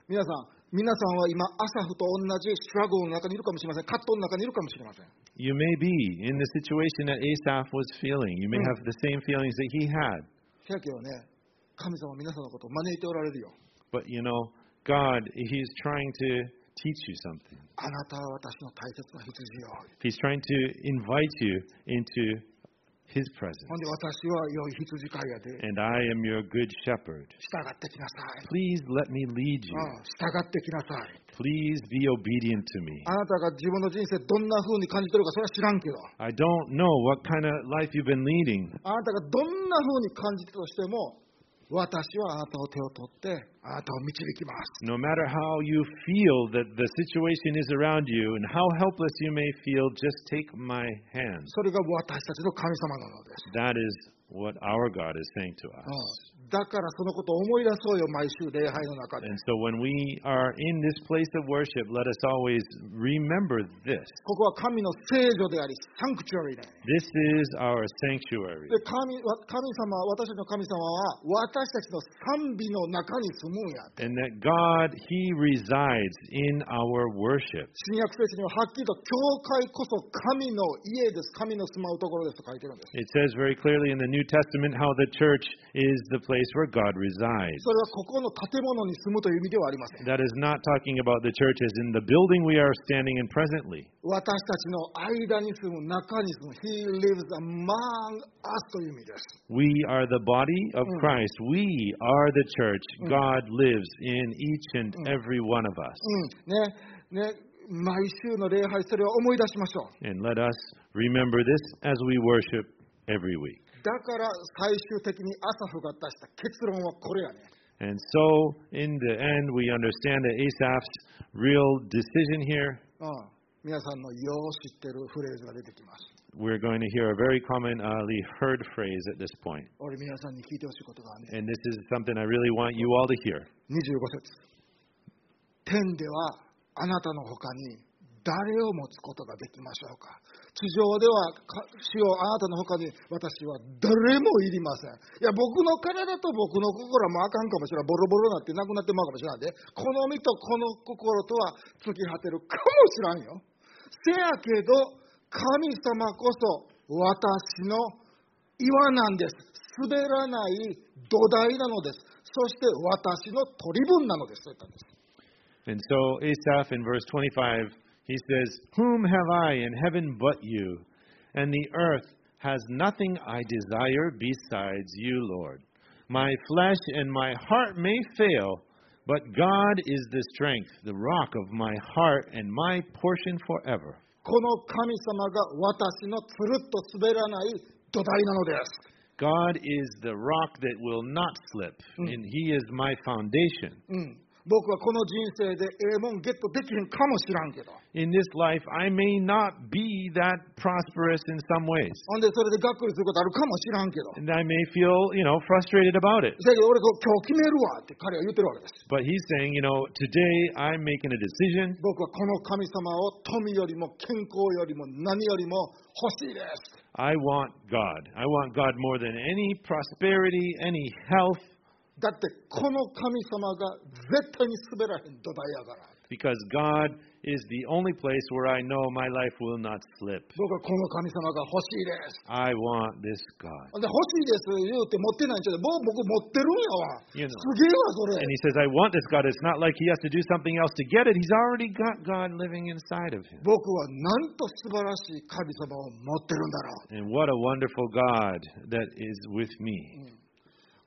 Speaker 1: 皆さん、皆さんは今、アサフと同じストラゴルの中にいるかもしれません。葛藤の中にいるかもしれません。
Speaker 2: You may be in the situation that Asaph was feeling. You may
Speaker 1: Mm.
Speaker 2: have the same feelings that he had.
Speaker 1: せやけどね、神様は皆さんのことを招いておられるよ。
Speaker 2: But you know, God, He's trying to teach you something.
Speaker 1: あなたは私の大切な羊よ。
Speaker 2: He's trying to invite you into His presence.
Speaker 1: ほんで、私は良い羊飼いやで。
Speaker 2: And I am your good shepherd.
Speaker 1: 従ってきなさい。
Speaker 2: Please let me lead
Speaker 1: う
Speaker 2: you.
Speaker 1: ん、従ってきなさい。
Speaker 2: Please be obedient to me.
Speaker 1: あなたが自分の人生どんな風に感じてるかそれは知らんけど、
Speaker 2: I don't know what kind of life you've been leading,
Speaker 1: あなたがどんな風に感じたとしても、私はあなたを手を取って、あなたを導きます。
Speaker 2: no matter how you feel that the situation is around you and how helpless you may feel, just take my hand.
Speaker 1: それが私たちの神様なのです。
Speaker 2: That is what our God is saying to us.
Speaker 1: うん、だからそのことを思い出そうよ、毎週礼拝の中で。
Speaker 2: And so when we are in this place of worship, let us always remember this.
Speaker 1: ここは神の聖女であり、サンクチュアリーで。
Speaker 2: This is our sanctuary.
Speaker 1: で神は神様、私たちの神様は、私たちの賛美の中に住むんや。
Speaker 2: And that God, He resides in our worship.
Speaker 1: 新約聖書にははっきりと、教会こそ神の家です、神の住まうところですと書いてるんです。
Speaker 2: It says very clearly in the New Testament how the church is the place where God resides.
Speaker 1: それはここの建物に住むという意味ではありません。
Speaker 2: That is not talking about the church as in the building we are standing in presently.
Speaker 1: 私たちの間に住む、中に住む、He lives among us という意味です。
Speaker 2: We are the body of
Speaker 1: Mm.
Speaker 2: Christ. We are the church. God lives in each and every one of us.
Speaker 1: うん。ね。ね。毎週の礼拝、それを思い出しましょう。
Speaker 2: And let us remember this as we worship every week.
Speaker 1: だから最終的にアサフが出した結論はこれやね。
Speaker 2: And so, in the end, we understand that Asaph's real decision here
Speaker 1: うん。皆さんのよう知ってるフレーズが出てきます。
Speaker 2: We're going to hear a very commonly heard phrase at this point.
Speaker 1: 俺皆さんに聞いてほしいことがあるね。
Speaker 2: And this is something I really want you all to hear.
Speaker 1: 25節天ではあなたの他に誰を持つことができましょうか地上ではか主よあなたの他に私は誰もいりませんいや僕の体と僕の心はもうあかんかもしれないボロボロになってなくなってまうかもしれないでこの身とこの心とは突き果てるかもしらんよせやけど神様こそ私の岩なんです。滑らない土台なのです。そして私の取り分なのです。と言ったんです。
Speaker 2: And so Asaph in verse 25, he says, Whom have I in heaven but you? And the earth has nothing I desire besides you, Lord. My flesh and my heart may fail, but God is the strength, the rock of my heart, and my portion forever.
Speaker 1: この神様が私のつるっと滑らない土台なのです。
Speaker 2: God is the rock that will not slip, and He is my foundation.
Speaker 1: うん。僕はこの人生でええもんゲットできへんかもしらんけど。
Speaker 2: In this life, I may not be that prosperous in some ways,
Speaker 1: ほんでそれでがっくりすることあるかもしらんけど。
Speaker 2: and I may feel, you know, frustrated about it.
Speaker 1: せやけど俺こう今日決めるわって彼は言ってるわけです。
Speaker 2: But he's saying, you know, today I'm making a decision.
Speaker 1: 僕はこの神様を富よりも健康よりも何よりも欲しいです。
Speaker 2: I want God. I want God more than any prosperity, any health,
Speaker 1: だってこの神様が絶対に滑らへん土台やから。
Speaker 2: because God is the only place where I know my life will not slip.
Speaker 1: 僕はこの神様が欲しいです。
Speaker 2: I want this God.
Speaker 1: で欲しいです言うて持ってないんちゃうでもう僕持ってるんやわ。
Speaker 2: You know.
Speaker 1: すげえわ、それ
Speaker 2: And。he says, I want this God. It's not like he has to do something else to get it. He's already got God living inside of him.
Speaker 1: 僕はなんと素晴らしい神様を持ってるんだろ
Speaker 2: And what a wonderful God that is with me.
Speaker 1: う。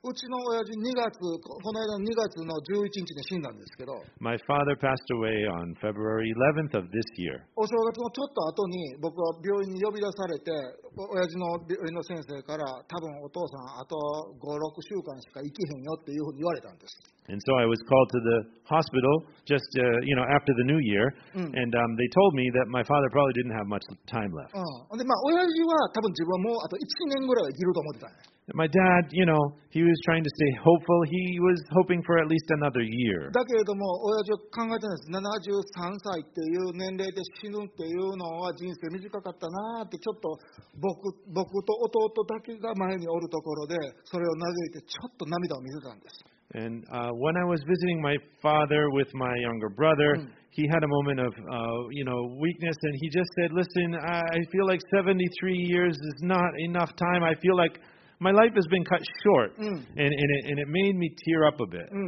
Speaker 1: うちの親父2月、ここの間の2月の11日に死んだんですけど、
Speaker 2: My father passed away on February 11th of this year.
Speaker 1: お正月のちょっと後に僕は病院に呼び出されて、お親父の病院の先生から多分お父さんあと5、6週間しか生きへんよっていうふうに言われたんです。
Speaker 2: And so I was called to the hospital just uh, you know after the new year, and um, they told me that my father probably didn't have much time left.
Speaker 1: うん。で、まあ、親父は多分自分はもうあと1年ぐらいは生きると思ってたんや。
Speaker 2: My dad, you know, he was trying to stay hopeful. He was hoping for at least another year.
Speaker 1: だけれども、親父は考えてないです。73歳っていう年齢で死ぬっていうのは人生短かったなーって、ちょっと僕僕と弟だけが前におるところで、それを嘆いてちょっと涙を見せたんです。
Speaker 2: And uh, when I was visiting my father with my younger brother, he had a moment of uh, you know weakness, and he just said, "Listen, I I feel like 73 years is not enough time. I feel like." My life has been cut short, and, and, it, and it made me tear up a bit.
Speaker 1: ね、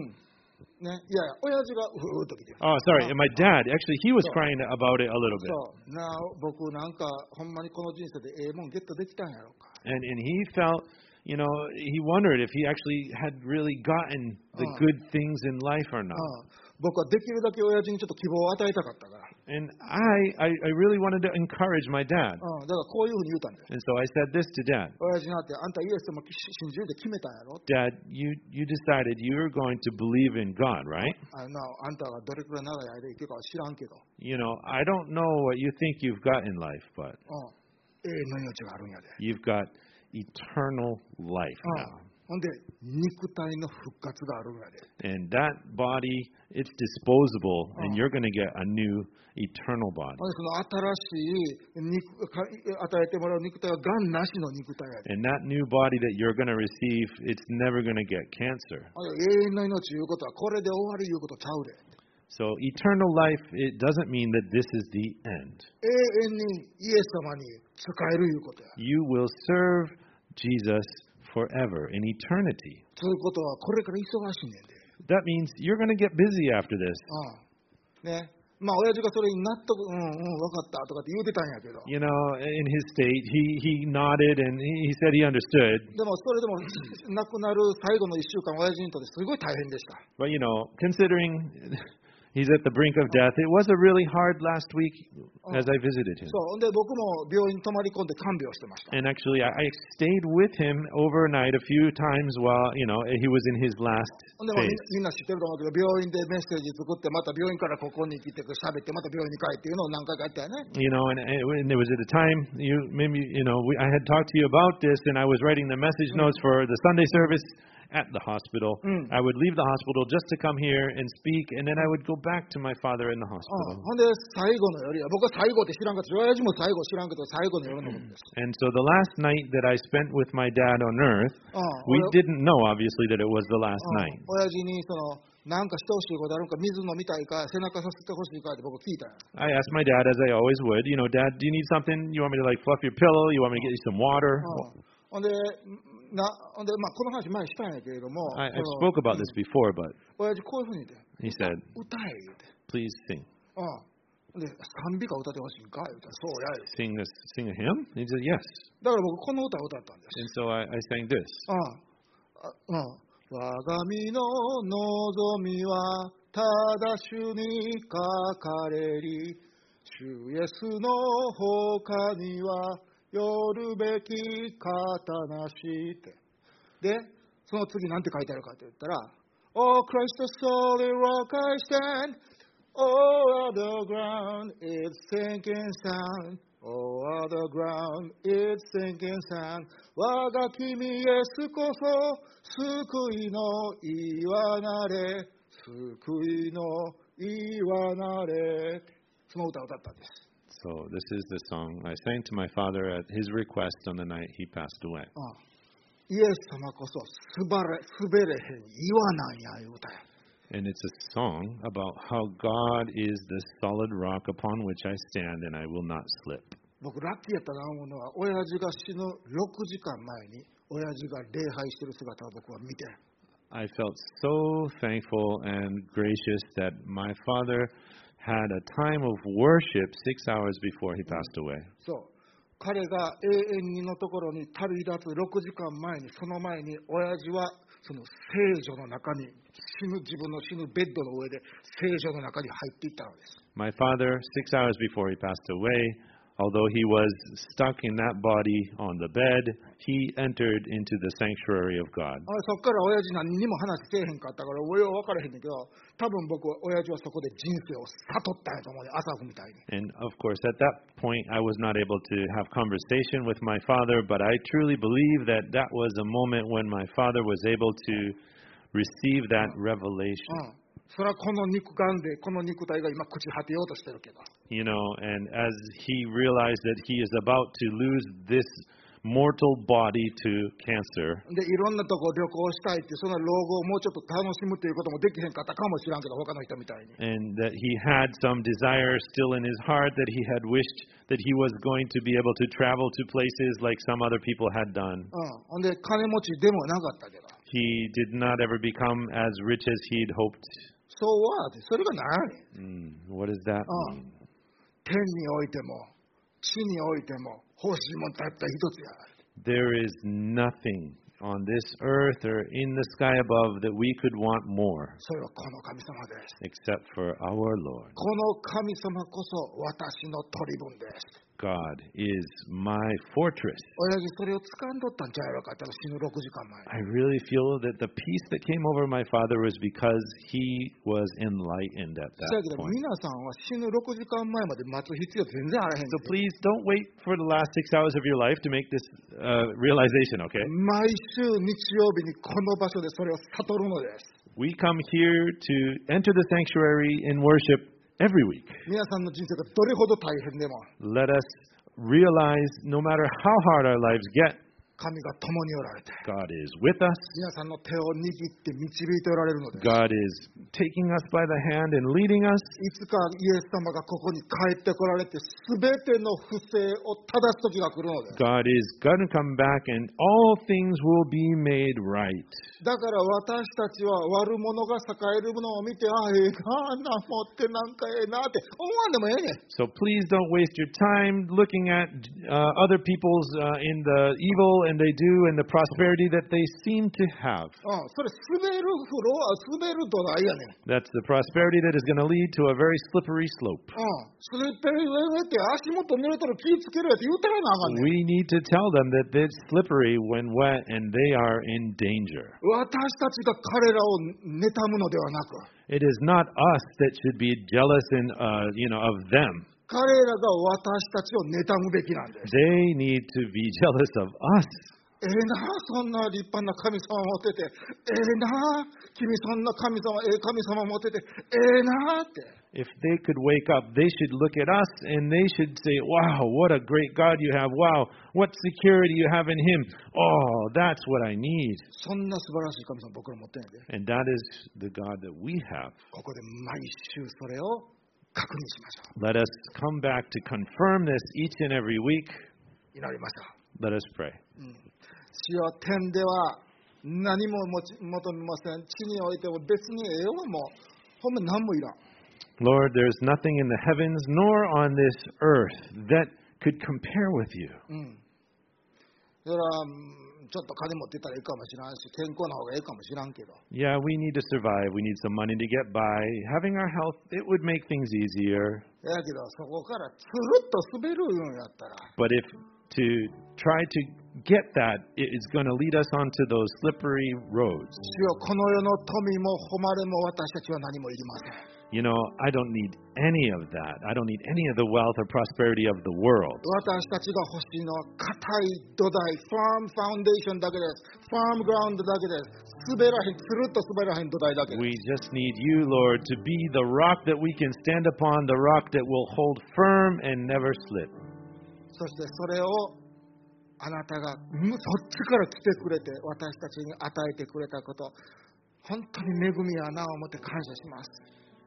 Speaker 1: いやいや、親父がうーっと来て。
Speaker 2: Oh, sorry. And my dad, actually, he was crying about it a little bit.
Speaker 1: そうなあ僕なんかほんまにこの人生でええもんゲットできたんやろうか
Speaker 2: And, and he felt, you know, he wondered if he actually had really gotten the
Speaker 1: Oh.
Speaker 2: good things in life or
Speaker 1: うん
Speaker 2: not.
Speaker 1: 僕はできるだけ親父にちょっと希望を与えたかったから、う
Speaker 2: And I, I, I really wanted to encourage my dad.
Speaker 1: ん、だからこういうふうに言うたんです
Speaker 2: And so I said this to dad
Speaker 1: 親父になって、あんたイエス様し信じるって決めたんやろ
Speaker 2: Dad, you, you decided you were going to believe in God, right?
Speaker 1: あなあんたがどれくらい長い間生きるかは知らんけど、
Speaker 2: You know, I don't know what you think you've got in life, but
Speaker 1: うん、永遠の命があるんやで。
Speaker 2: you've got eternal life
Speaker 1: うん
Speaker 2: now.
Speaker 1: ほんで、肉体の復活があるんやで。
Speaker 2: And that body, it's disposable, and
Speaker 1: Oh.
Speaker 2: you're going to get a new eternal body.
Speaker 1: ほんで、その新しい肉か与えてもらう肉体は癌なしの肉体やで。
Speaker 2: And that new body that you're going to receive, it's never going to get cancer.
Speaker 1: ほんで永遠の命いうことはこれで終わりいうことちゃうで。
Speaker 2: So eternal life, it doesn't mean that this is the end.
Speaker 1: 永遠にイエス様に使えるいうことや。
Speaker 2: You will serve Jesus forever in eternity.
Speaker 1: ということはこれから忙しいねんで。
Speaker 2: That means you're going to get busy after this.
Speaker 1: うん。ね。まあ、親父がそれに納得、うんうん、分かったとかって言うてたんやけど。
Speaker 2: You know, in his state, he, he nodded and he he said he understood.
Speaker 1: でもそれでも亡くなる最後の1週間、親父にとってすごい大変でした。
Speaker 2: But, you know, considering (laughs) He's at the brink of death. It was a really hard last week as I visited him.
Speaker 1: そう。ほんで、僕も病院に泊まり込んで看病してました。
Speaker 2: And actually, I, I stayed with him overnight a few times while, you know, he was in his last
Speaker 1: ほんで、まあ
Speaker 2: phase.
Speaker 1: みんな知ってると思うけど、病院でメッセージ作って、また病院からここに来て、喋って、また病院に帰っていうのを何回かやったよね。
Speaker 2: you know, and, and there was at a time you maybe you know we, I had talked to you about this, and I was writing the message notes for the Sunday service at the hospital.
Speaker 1: Mm.
Speaker 2: I would leave the hospital just to come here and speak, and then I would go back to my father in the
Speaker 1: うん
Speaker 2: hospital.
Speaker 1: ほんで、最後の夜や、僕は最後って知らんかったし、親父も最後知らんけど、最後の夜のことです。
Speaker 2: And so the last night that I spent with my dad on earth,
Speaker 1: うん
Speaker 2: we
Speaker 1: 俺
Speaker 2: didn't know obviously that it was the last
Speaker 1: うん
Speaker 2: night.
Speaker 1: 親父にその、なんかしてほしいことあるんか、水飲みたいか、背中させてほしいかって僕聞いたんや
Speaker 2: I asked my dad, as I always would, you know, Dad, do you need something? You want me to like fluff your pillow? You want me to get you some water?
Speaker 1: うんほんで、なほんでまあ、この話前にしたんやけれども、
Speaker 2: I, I
Speaker 1: そ
Speaker 2: spoke
Speaker 1: の
Speaker 2: about this before, but
Speaker 1: 親父こういうふうに言って、
Speaker 2: he said,
Speaker 1: 歌え言うて。
Speaker 2: please sing.
Speaker 1: うん。で、賛美歌歌ってほしいんか言うて、そうや言うて。
Speaker 2: sing this sing a hymn? And he said, Yes.
Speaker 1: だから僕、この歌を歌ったんです。
Speaker 2: And so I, I sang this.
Speaker 1: うん。あうん。我が身の望みは、ただ主にかかれり、主イエスの他には、よるべき方なしって。で、その次なんて書いてあるかって言ったら、Oh Christ the solid rock I stand, all other ground is sinking sand, all other ground is sinking sand, 我が君イエスこそ救いの岩なれ、救いの岩なれ。その歌を歌ったんです。
Speaker 2: So this is the song I sang to my father at his request on the night he passed
Speaker 1: う
Speaker 2: away.
Speaker 1: んイエス様こそ滑れ滑れへん岩なんやいう歌や。
Speaker 2: And it's a song about how God is the solid rock upon which I stand and I will not slip.
Speaker 1: 僕ラッキーやったな思うのは親父が死ぬ6時間前に親父が礼拝してる姿を僕は見て
Speaker 2: I felt so thankful and gracious that my father had a time of worship six hours before he passed away.
Speaker 1: そう彼が永遠にのところに旅立つ6時間前にその前に親父はその聖女の中に死ぬ自分の死ぬベッドの上で聖女の中に入っていったのです、
Speaker 2: My father, six hours before he passed away, although he was stuck in that body on the bed, he entered into the sanctuary of God.
Speaker 1: あそっから親父何にも話せえへんかったから俺は分からへんねんけど多分僕は親父はそこで人生を悟ったんやと思うねアサフみたいに
Speaker 2: And of course, at that point, I was not able to have conversation with my father, but I truly believe that that was a moment when my father was able to receive that revelation.
Speaker 1: うんそれはこの肉眼でこの肉体が今朽ち果てようとしてるけど
Speaker 2: You know, and as he realized that he is about to lose this mortal body to cancer,
Speaker 1: で、いろんなとこ旅行したいって、その老後をもうちょっと楽しむっていうこともできへんかったかもしらんけど、他の人みたいに。
Speaker 2: and that he had some desire still in his heart that he had wished that he was going to be able to travel to places like some other people had done.
Speaker 1: うん。ほんで、金持ちでもなかったけど。
Speaker 2: He did not ever become as rich as he'd hoped.
Speaker 1: そうは、それが何やねん
Speaker 2: Mm, what does that
Speaker 1: Oh.
Speaker 2: mean?
Speaker 1: 天においても、地においても、欲しいもんたった一つや。
Speaker 2: There is nothing on this earth or in the sky above that we could want more
Speaker 1: それはこの神様です。
Speaker 2: except for our Lord.
Speaker 1: この神様こそ私の取り分です。
Speaker 2: God is my fortress.
Speaker 1: 親父それを掴んどったんちゃうやろかったら死ぬ6時間前に。
Speaker 2: I really feel that the peace that came over my father was because he was enlightened at
Speaker 1: そや
Speaker 2: that
Speaker 1: けど
Speaker 2: point.
Speaker 1: 皆さんは死ぬ6時間前まで待つ必要全然あらへんねん
Speaker 2: So please don't wait for the last six hours of your life to make this uh, realization, okay?
Speaker 1: 毎週日曜日にこの場所でそれを悟るのです。
Speaker 2: We come here to enter the sanctuary in worship every week.
Speaker 1: 皆さんの人生がどれほど大変でも、
Speaker 2: Let us realize no matter how hard our lives get,
Speaker 1: 神が共におられて、
Speaker 2: God is with us.
Speaker 1: 皆さんの手を握って導いておられるのです。
Speaker 2: God is taking us by the hand and leading us.
Speaker 1: いつかイエス様がここに帰ってこられて、すべての不正を正す時が来るのです。
Speaker 2: God is going to come back and all things will be made right.
Speaker 1: だから私たちは悪者が栄えるものを見て、ああ、ええな、あんなん持ってなんかええなって思わんでもええねん。
Speaker 2: So please don't waste your time looking at uh, other people's uh, in the evil travel and they do and the prosperity that they seem to have.
Speaker 1: うん、それ滑るフロア、滑る土台やねん。
Speaker 2: That's the prosperity that is going to lead to a very slippery slope.
Speaker 1: うん、スリッペリウェって足元濡れたら気ぃつけろやって言うたらなあかんねん。
Speaker 2: We need to tell them that it's slippery when wet and they are in danger.
Speaker 1: 私たちが彼らを妬むのではなく、
Speaker 2: It is not us that should be jealous and uh, you know of them.
Speaker 1: 彼らが私たちを妬むべきなんです。
Speaker 2: They need to be (laughs) jealous of us.
Speaker 1: ええなあ、そんな立派な神様持ってて、ええなあ、君そんな神様、ええ神様持ってて、ええなあって。
Speaker 2: If they could wake up, they should look at us and they should say, "Wow, what a great God you have! Wow, what security you have in Him! Oh, that's what I need."
Speaker 1: そんな素晴らしい神様僕ら持ってないで、
Speaker 2: And that is the God that we have.
Speaker 1: ここで毎週それを確認しましょ
Speaker 2: Let us come back to confirm this each and every week.
Speaker 1: う。祈りましょう。
Speaker 2: Let us pray.
Speaker 1: 主よ天では何も持ち求めません。地においても別にええわもう。ほんま何もいらん。
Speaker 2: Lord, there's nothing in the heavens nor on this earth that could compare with you.
Speaker 1: だから、うんちょっと金持ってたらいいかもしらんし、健康な方がいいかもしらんけど、
Speaker 2: Yeah, we need to survive. We need some money to get by. Having our health, it would make things easier.
Speaker 1: だけど、そこからつるっと滑るんやったら、
Speaker 2: But if to try to get that, it is going to lead us onto those slippery roads.
Speaker 1: 主よこの世の富も誉れも私たちは何もいりません。
Speaker 2: You know, I don't need any of that. I don't need any of the wealth or prosperity of the world.
Speaker 1: 私たちが欲しいのは硬い土台、ファームファウンデーションだけです。ファームグラウンドだけです。滑らへん、つるっと滑らへん土台だけです。
Speaker 2: We just need you, Lord, to be the rock that we can stand upon, the rock that will hold firm and never slip.
Speaker 1: そしてそれをあなたがうんそっちから来てくれて私たちに与えてくれたこと本当に恵みやなを持って感謝します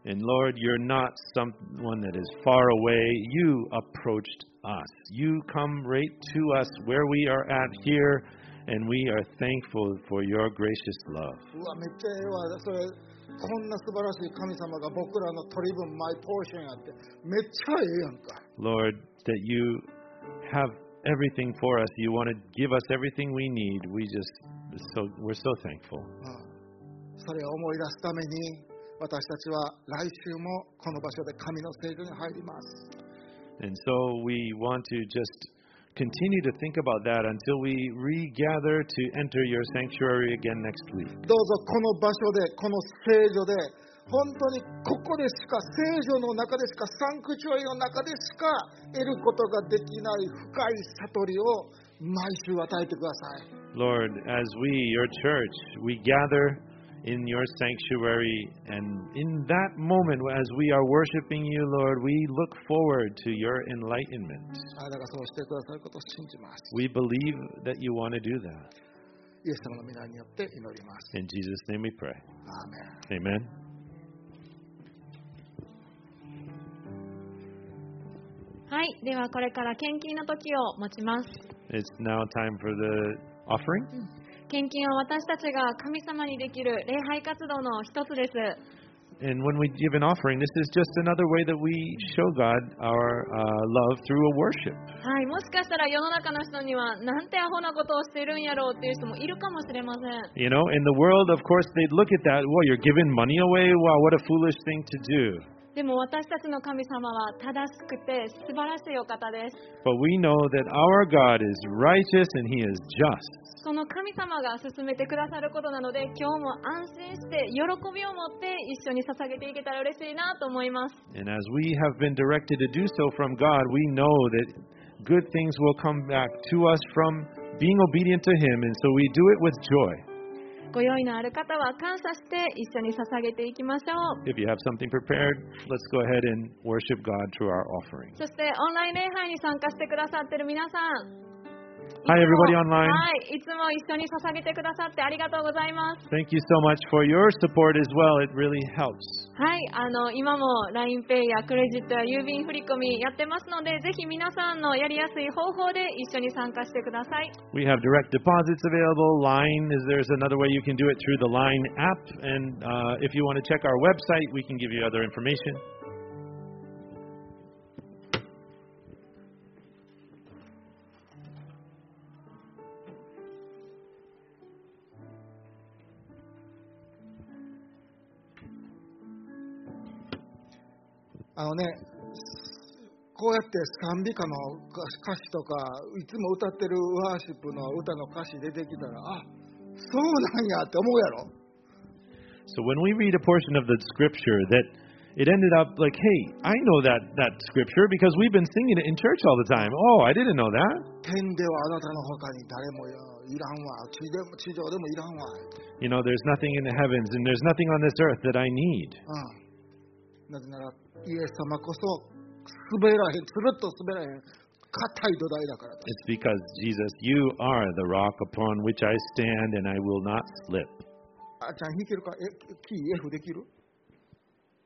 Speaker 2: And Lord, you're not someone that is far away. You approached us. You come right to us where we are at here, and we are thankful for your gracious love.
Speaker 1: うわめっちゃええわそれこんな素晴らしい神様が僕らの取り分マイポーションやってめっちゃええやんか
Speaker 2: Lord, that you have everything for us. You want to give us everything we need. We just so we're so thankful.
Speaker 1: うんそれを思い出すために私たちは来週もこの場所で神の聖所に入ります
Speaker 2: And so we want to just continue to think about that until we regather to enter your sanctuary again next week.
Speaker 1: どうぞこの場所で、この聖女で、本当にここでしか、聖女の中でしか、サンクチュアリの中でしか得ることができない深い悟りを毎週与えてください。
Speaker 2: Lord, as we, your church, we gather in your sanctuary, and in that moment, as we are worshiping you, Lord, we look forward to your enlightenment.
Speaker 1: あなたがそうしてくださることを信じます。
Speaker 2: We believe that you want to do that.
Speaker 1: イエス様の皆によって祈ります。
Speaker 2: In Jesus' name we pray.
Speaker 1: アーメン
Speaker 2: Amen.
Speaker 3: Amen. はい、ではこれから献金の時を持ちます。
Speaker 2: It's now time for the offering.
Speaker 3: 献金は私たちが神様にできる礼拝活動の一つです。
Speaker 2: And when we give an offering, this is just another way that we show God our uh, love through a worship.
Speaker 3: はい、もしかしたら世の中の人にはなんてアホなことをしてるんやろうっていう人もいるかもしれません。
Speaker 2: You know, in the world, of course, they'd look at that. Well, you're giving money away. Wow, what a foolish thing to do.
Speaker 3: でも私たちの神様は正しくて素晴らしいお方です。
Speaker 2: But we know that our God is righteous and He is just.
Speaker 3: その神様が進めてくださることなので今日も安心して喜びを持って一緒に捧げていけたら嬉しいなと思います
Speaker 2: And as we have been directed to do so from God, we know that good things will come back to us from being obedient to Him. And so we do it with joy.
Speaker 3: ご用意のある方は感謝して一緒に捧げていきましょう
Speaker 2: If you have something prepared, let's go ahead and worship God through our offering.
Speaker 3: そしてオンライン礼拝に参加してくださってる皆さん
Speaker 2: Hi,
Speaker 3: いつも
Speaker 2: everybody online.
Speaker 3: はいいつも一緒に捧げてくださってありがとうございます
Speaker 2: Thank you so much for your support as well. It really helps.
Speaker 3: はいあの今も LINEPay やクレジットや郵便振込やってますのでぜひ皆さんのやりやすい方法で一緒に参加してください
Speaker 2: We have direct deposits available. Line is there's another way you can do it through the Line app. And uh, if you want to check our website, we can give you other information.
Speaker 1: あのね、こうやって賛美歌の歌歌詞とか、いつも歌ってるワーシップの歌の歌詞出てきたら、あそうなんやって思うやろ。
Speaker 4: So when we read a portion of the scripture that it ended up like, hey, I know that that scripture because we've been singing it in church all the time. Oh, I didn't know that.
Speaker 1: 天ではあなたの他に誰もいらんわ、地でも地上でもいらんわ。
Speaker 4: You know, there's nothing in the heavens and there's nothing on this earth that I need
Speaker 1: うん、なぜなら、イエス様こそ滑らへん、つるっと滑らへん、硬い土台だからだ。
Speaker 4: It's because Jesus, you are the rock upon which I stand and I will not slip.
Speaker 1: あちゃん弾けるかえキー F できる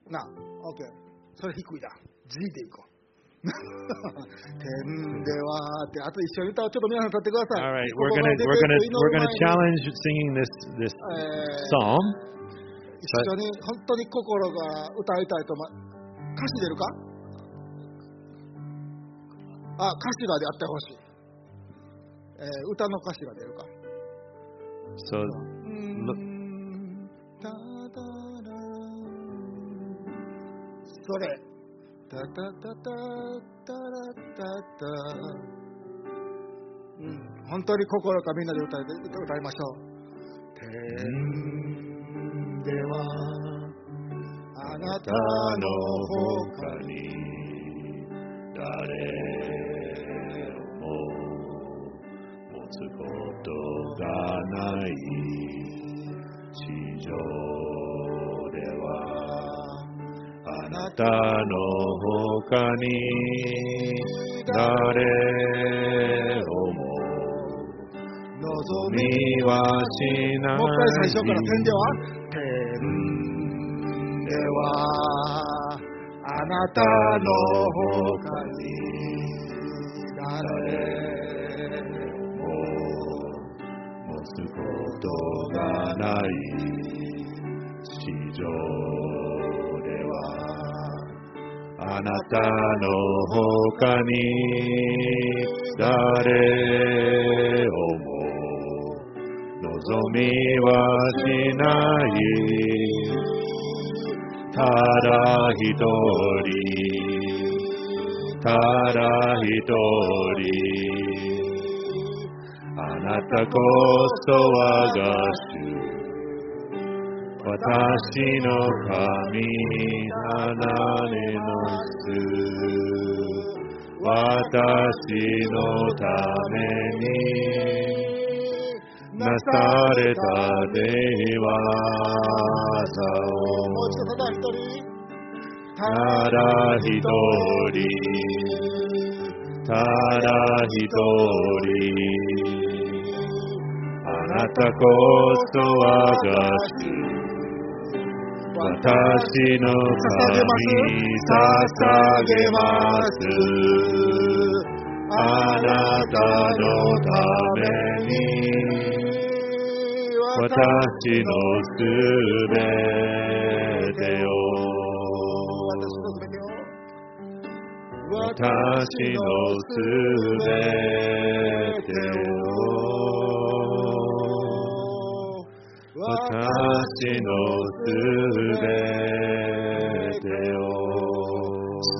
Speaker 1: なあ、OK。それ低いだ。G でいこう。天ではって、あと一緒に歌をちょっと皆さん歌ってくださ
Speaker 4: All
Speaker 1: い。
Speaker 4: right,
Speaker 1: こ
Speaker 4: we're
Speaker 1: こま
Speaker 4: gonna
Speaker 1: で
Speaker 4: we're
Speaker 1: 出
Speaker 4: gonna
Speaker 1: てる
Speaker 4: we're gonna
Speaker 1: 祈る
Speaker 4: challenge
Speaker 1: 前に
Speaker 4: singing this this
Speaker 1: え
Speaker 4: psalm.
Speaker 1: ー一緒に本当に心が歌いたいと思う。歌詞出るかあ、歌詞がであってほしい。えー歌の歌詞が出るか。
Speaker 4: So
Speaker 1: たたらそれ。たたたたたらたた。うん、本当に心からみんなで歌い歌いましょう。天ではあなたの他にあなた望みもう一回最初から天では天ではあなたの他に誰も
Speaker 2: なされた出会
Speaker 1: もう
Speaker 2: わ
Speaker 1: 一度ただ一人
Speaker 2: ざをただ一人ただ一人あなたこそ我が主私の神捧げますあなたのために私のすべてを私のすべてを私のすべてを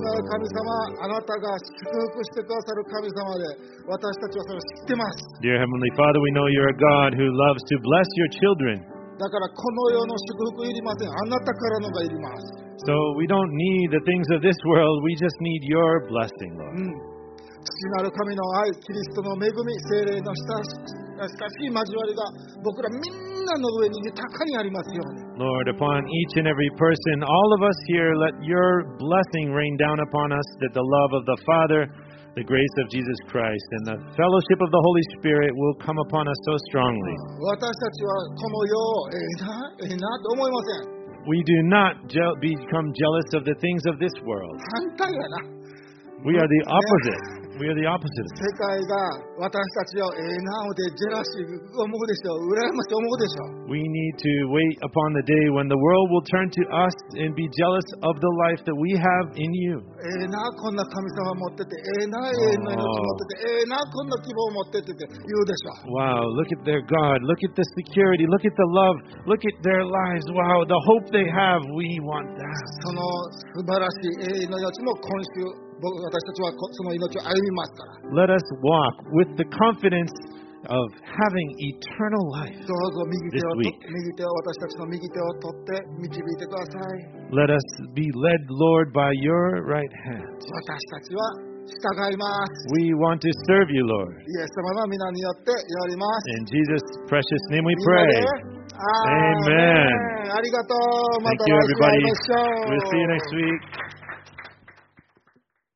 Speaker 1: なる神様、あなたが祝福してくださる神様で、私たちはそれを知ってます。
Speaker 4: Dear Heavenly Father, we know you're a God who loves to bless your children.
Speaker 1: だからこの世の祝福いりません。あなたからのがいります。
Speaker 4: So we don't need the things of this world, we just need your blessing,
Speaker 1: う
Speaker 4: Lord.
Speaker 1: ん。父なる神の愛、キリストの恵み、精霊の親し親しい交わりが僕らみんなの上に豊かにありますように。
Speaker 4: Lord, upon each and every person, all of us here, let your blessing rain down upon us that the love of the Father, the grace of Jesus Christ, and the fellowship of the Holy Spirit will come upon us so strongly.
Speaker 1: 私たちはこの世をええな、ええなと思いません。
Speaker 4: We do not je- become jealous of the things of this world.
Speaker 1: 反対やな。
Speaker 4: We are the opposite. We are the opposite.
Speaker 1: 世界が私たちをええなおでジェラシー思うでしょう羨ましい思うでしょう
Speaker 2: We need to wait upon the day when the world will turn to us and be jealous of the life that we have in you.
Speaker 1: ええなこんな神様持っててええな永遠の命持っててええなこんな希望持っててって言うでしょう
Speaker 2: Wow, look at their God. Look at the security. Look at the love. Look at their lives. Wow, the hope they have. We want that.
Speaker 1: その素晴らしい永遠の命も今週僕私たちはこその命を歩みますから
Speaker 2: Let us walk with the confidence of having eternal life.
Speaker 1: どうぞ右手をと
Speaker 2: This week.
Speaker 1: 右手を私たちの右手を取って導いてください
Speaker 2: Let us be led, Lord, by your right hand.
Speaker 1: 私たちは従います
Speaker 2: We want to serve you, Lord.
Speaker 1: イエス様の皆によってやります
Speaker 2: In Jesus' precious name
Speaker 1: み
Speaker 2: we
Speaker 1: んな
Speaker 2: pray.
Speaker 1: で
Speaker 2: Amen.
Speaker 1: ありがとうまた
Speaker 2: Thank
Speaker 1: 来
Speaker 2: you,
Speaker 1: 週会いましょう
Speaker 2: everybody. We'll see you next week.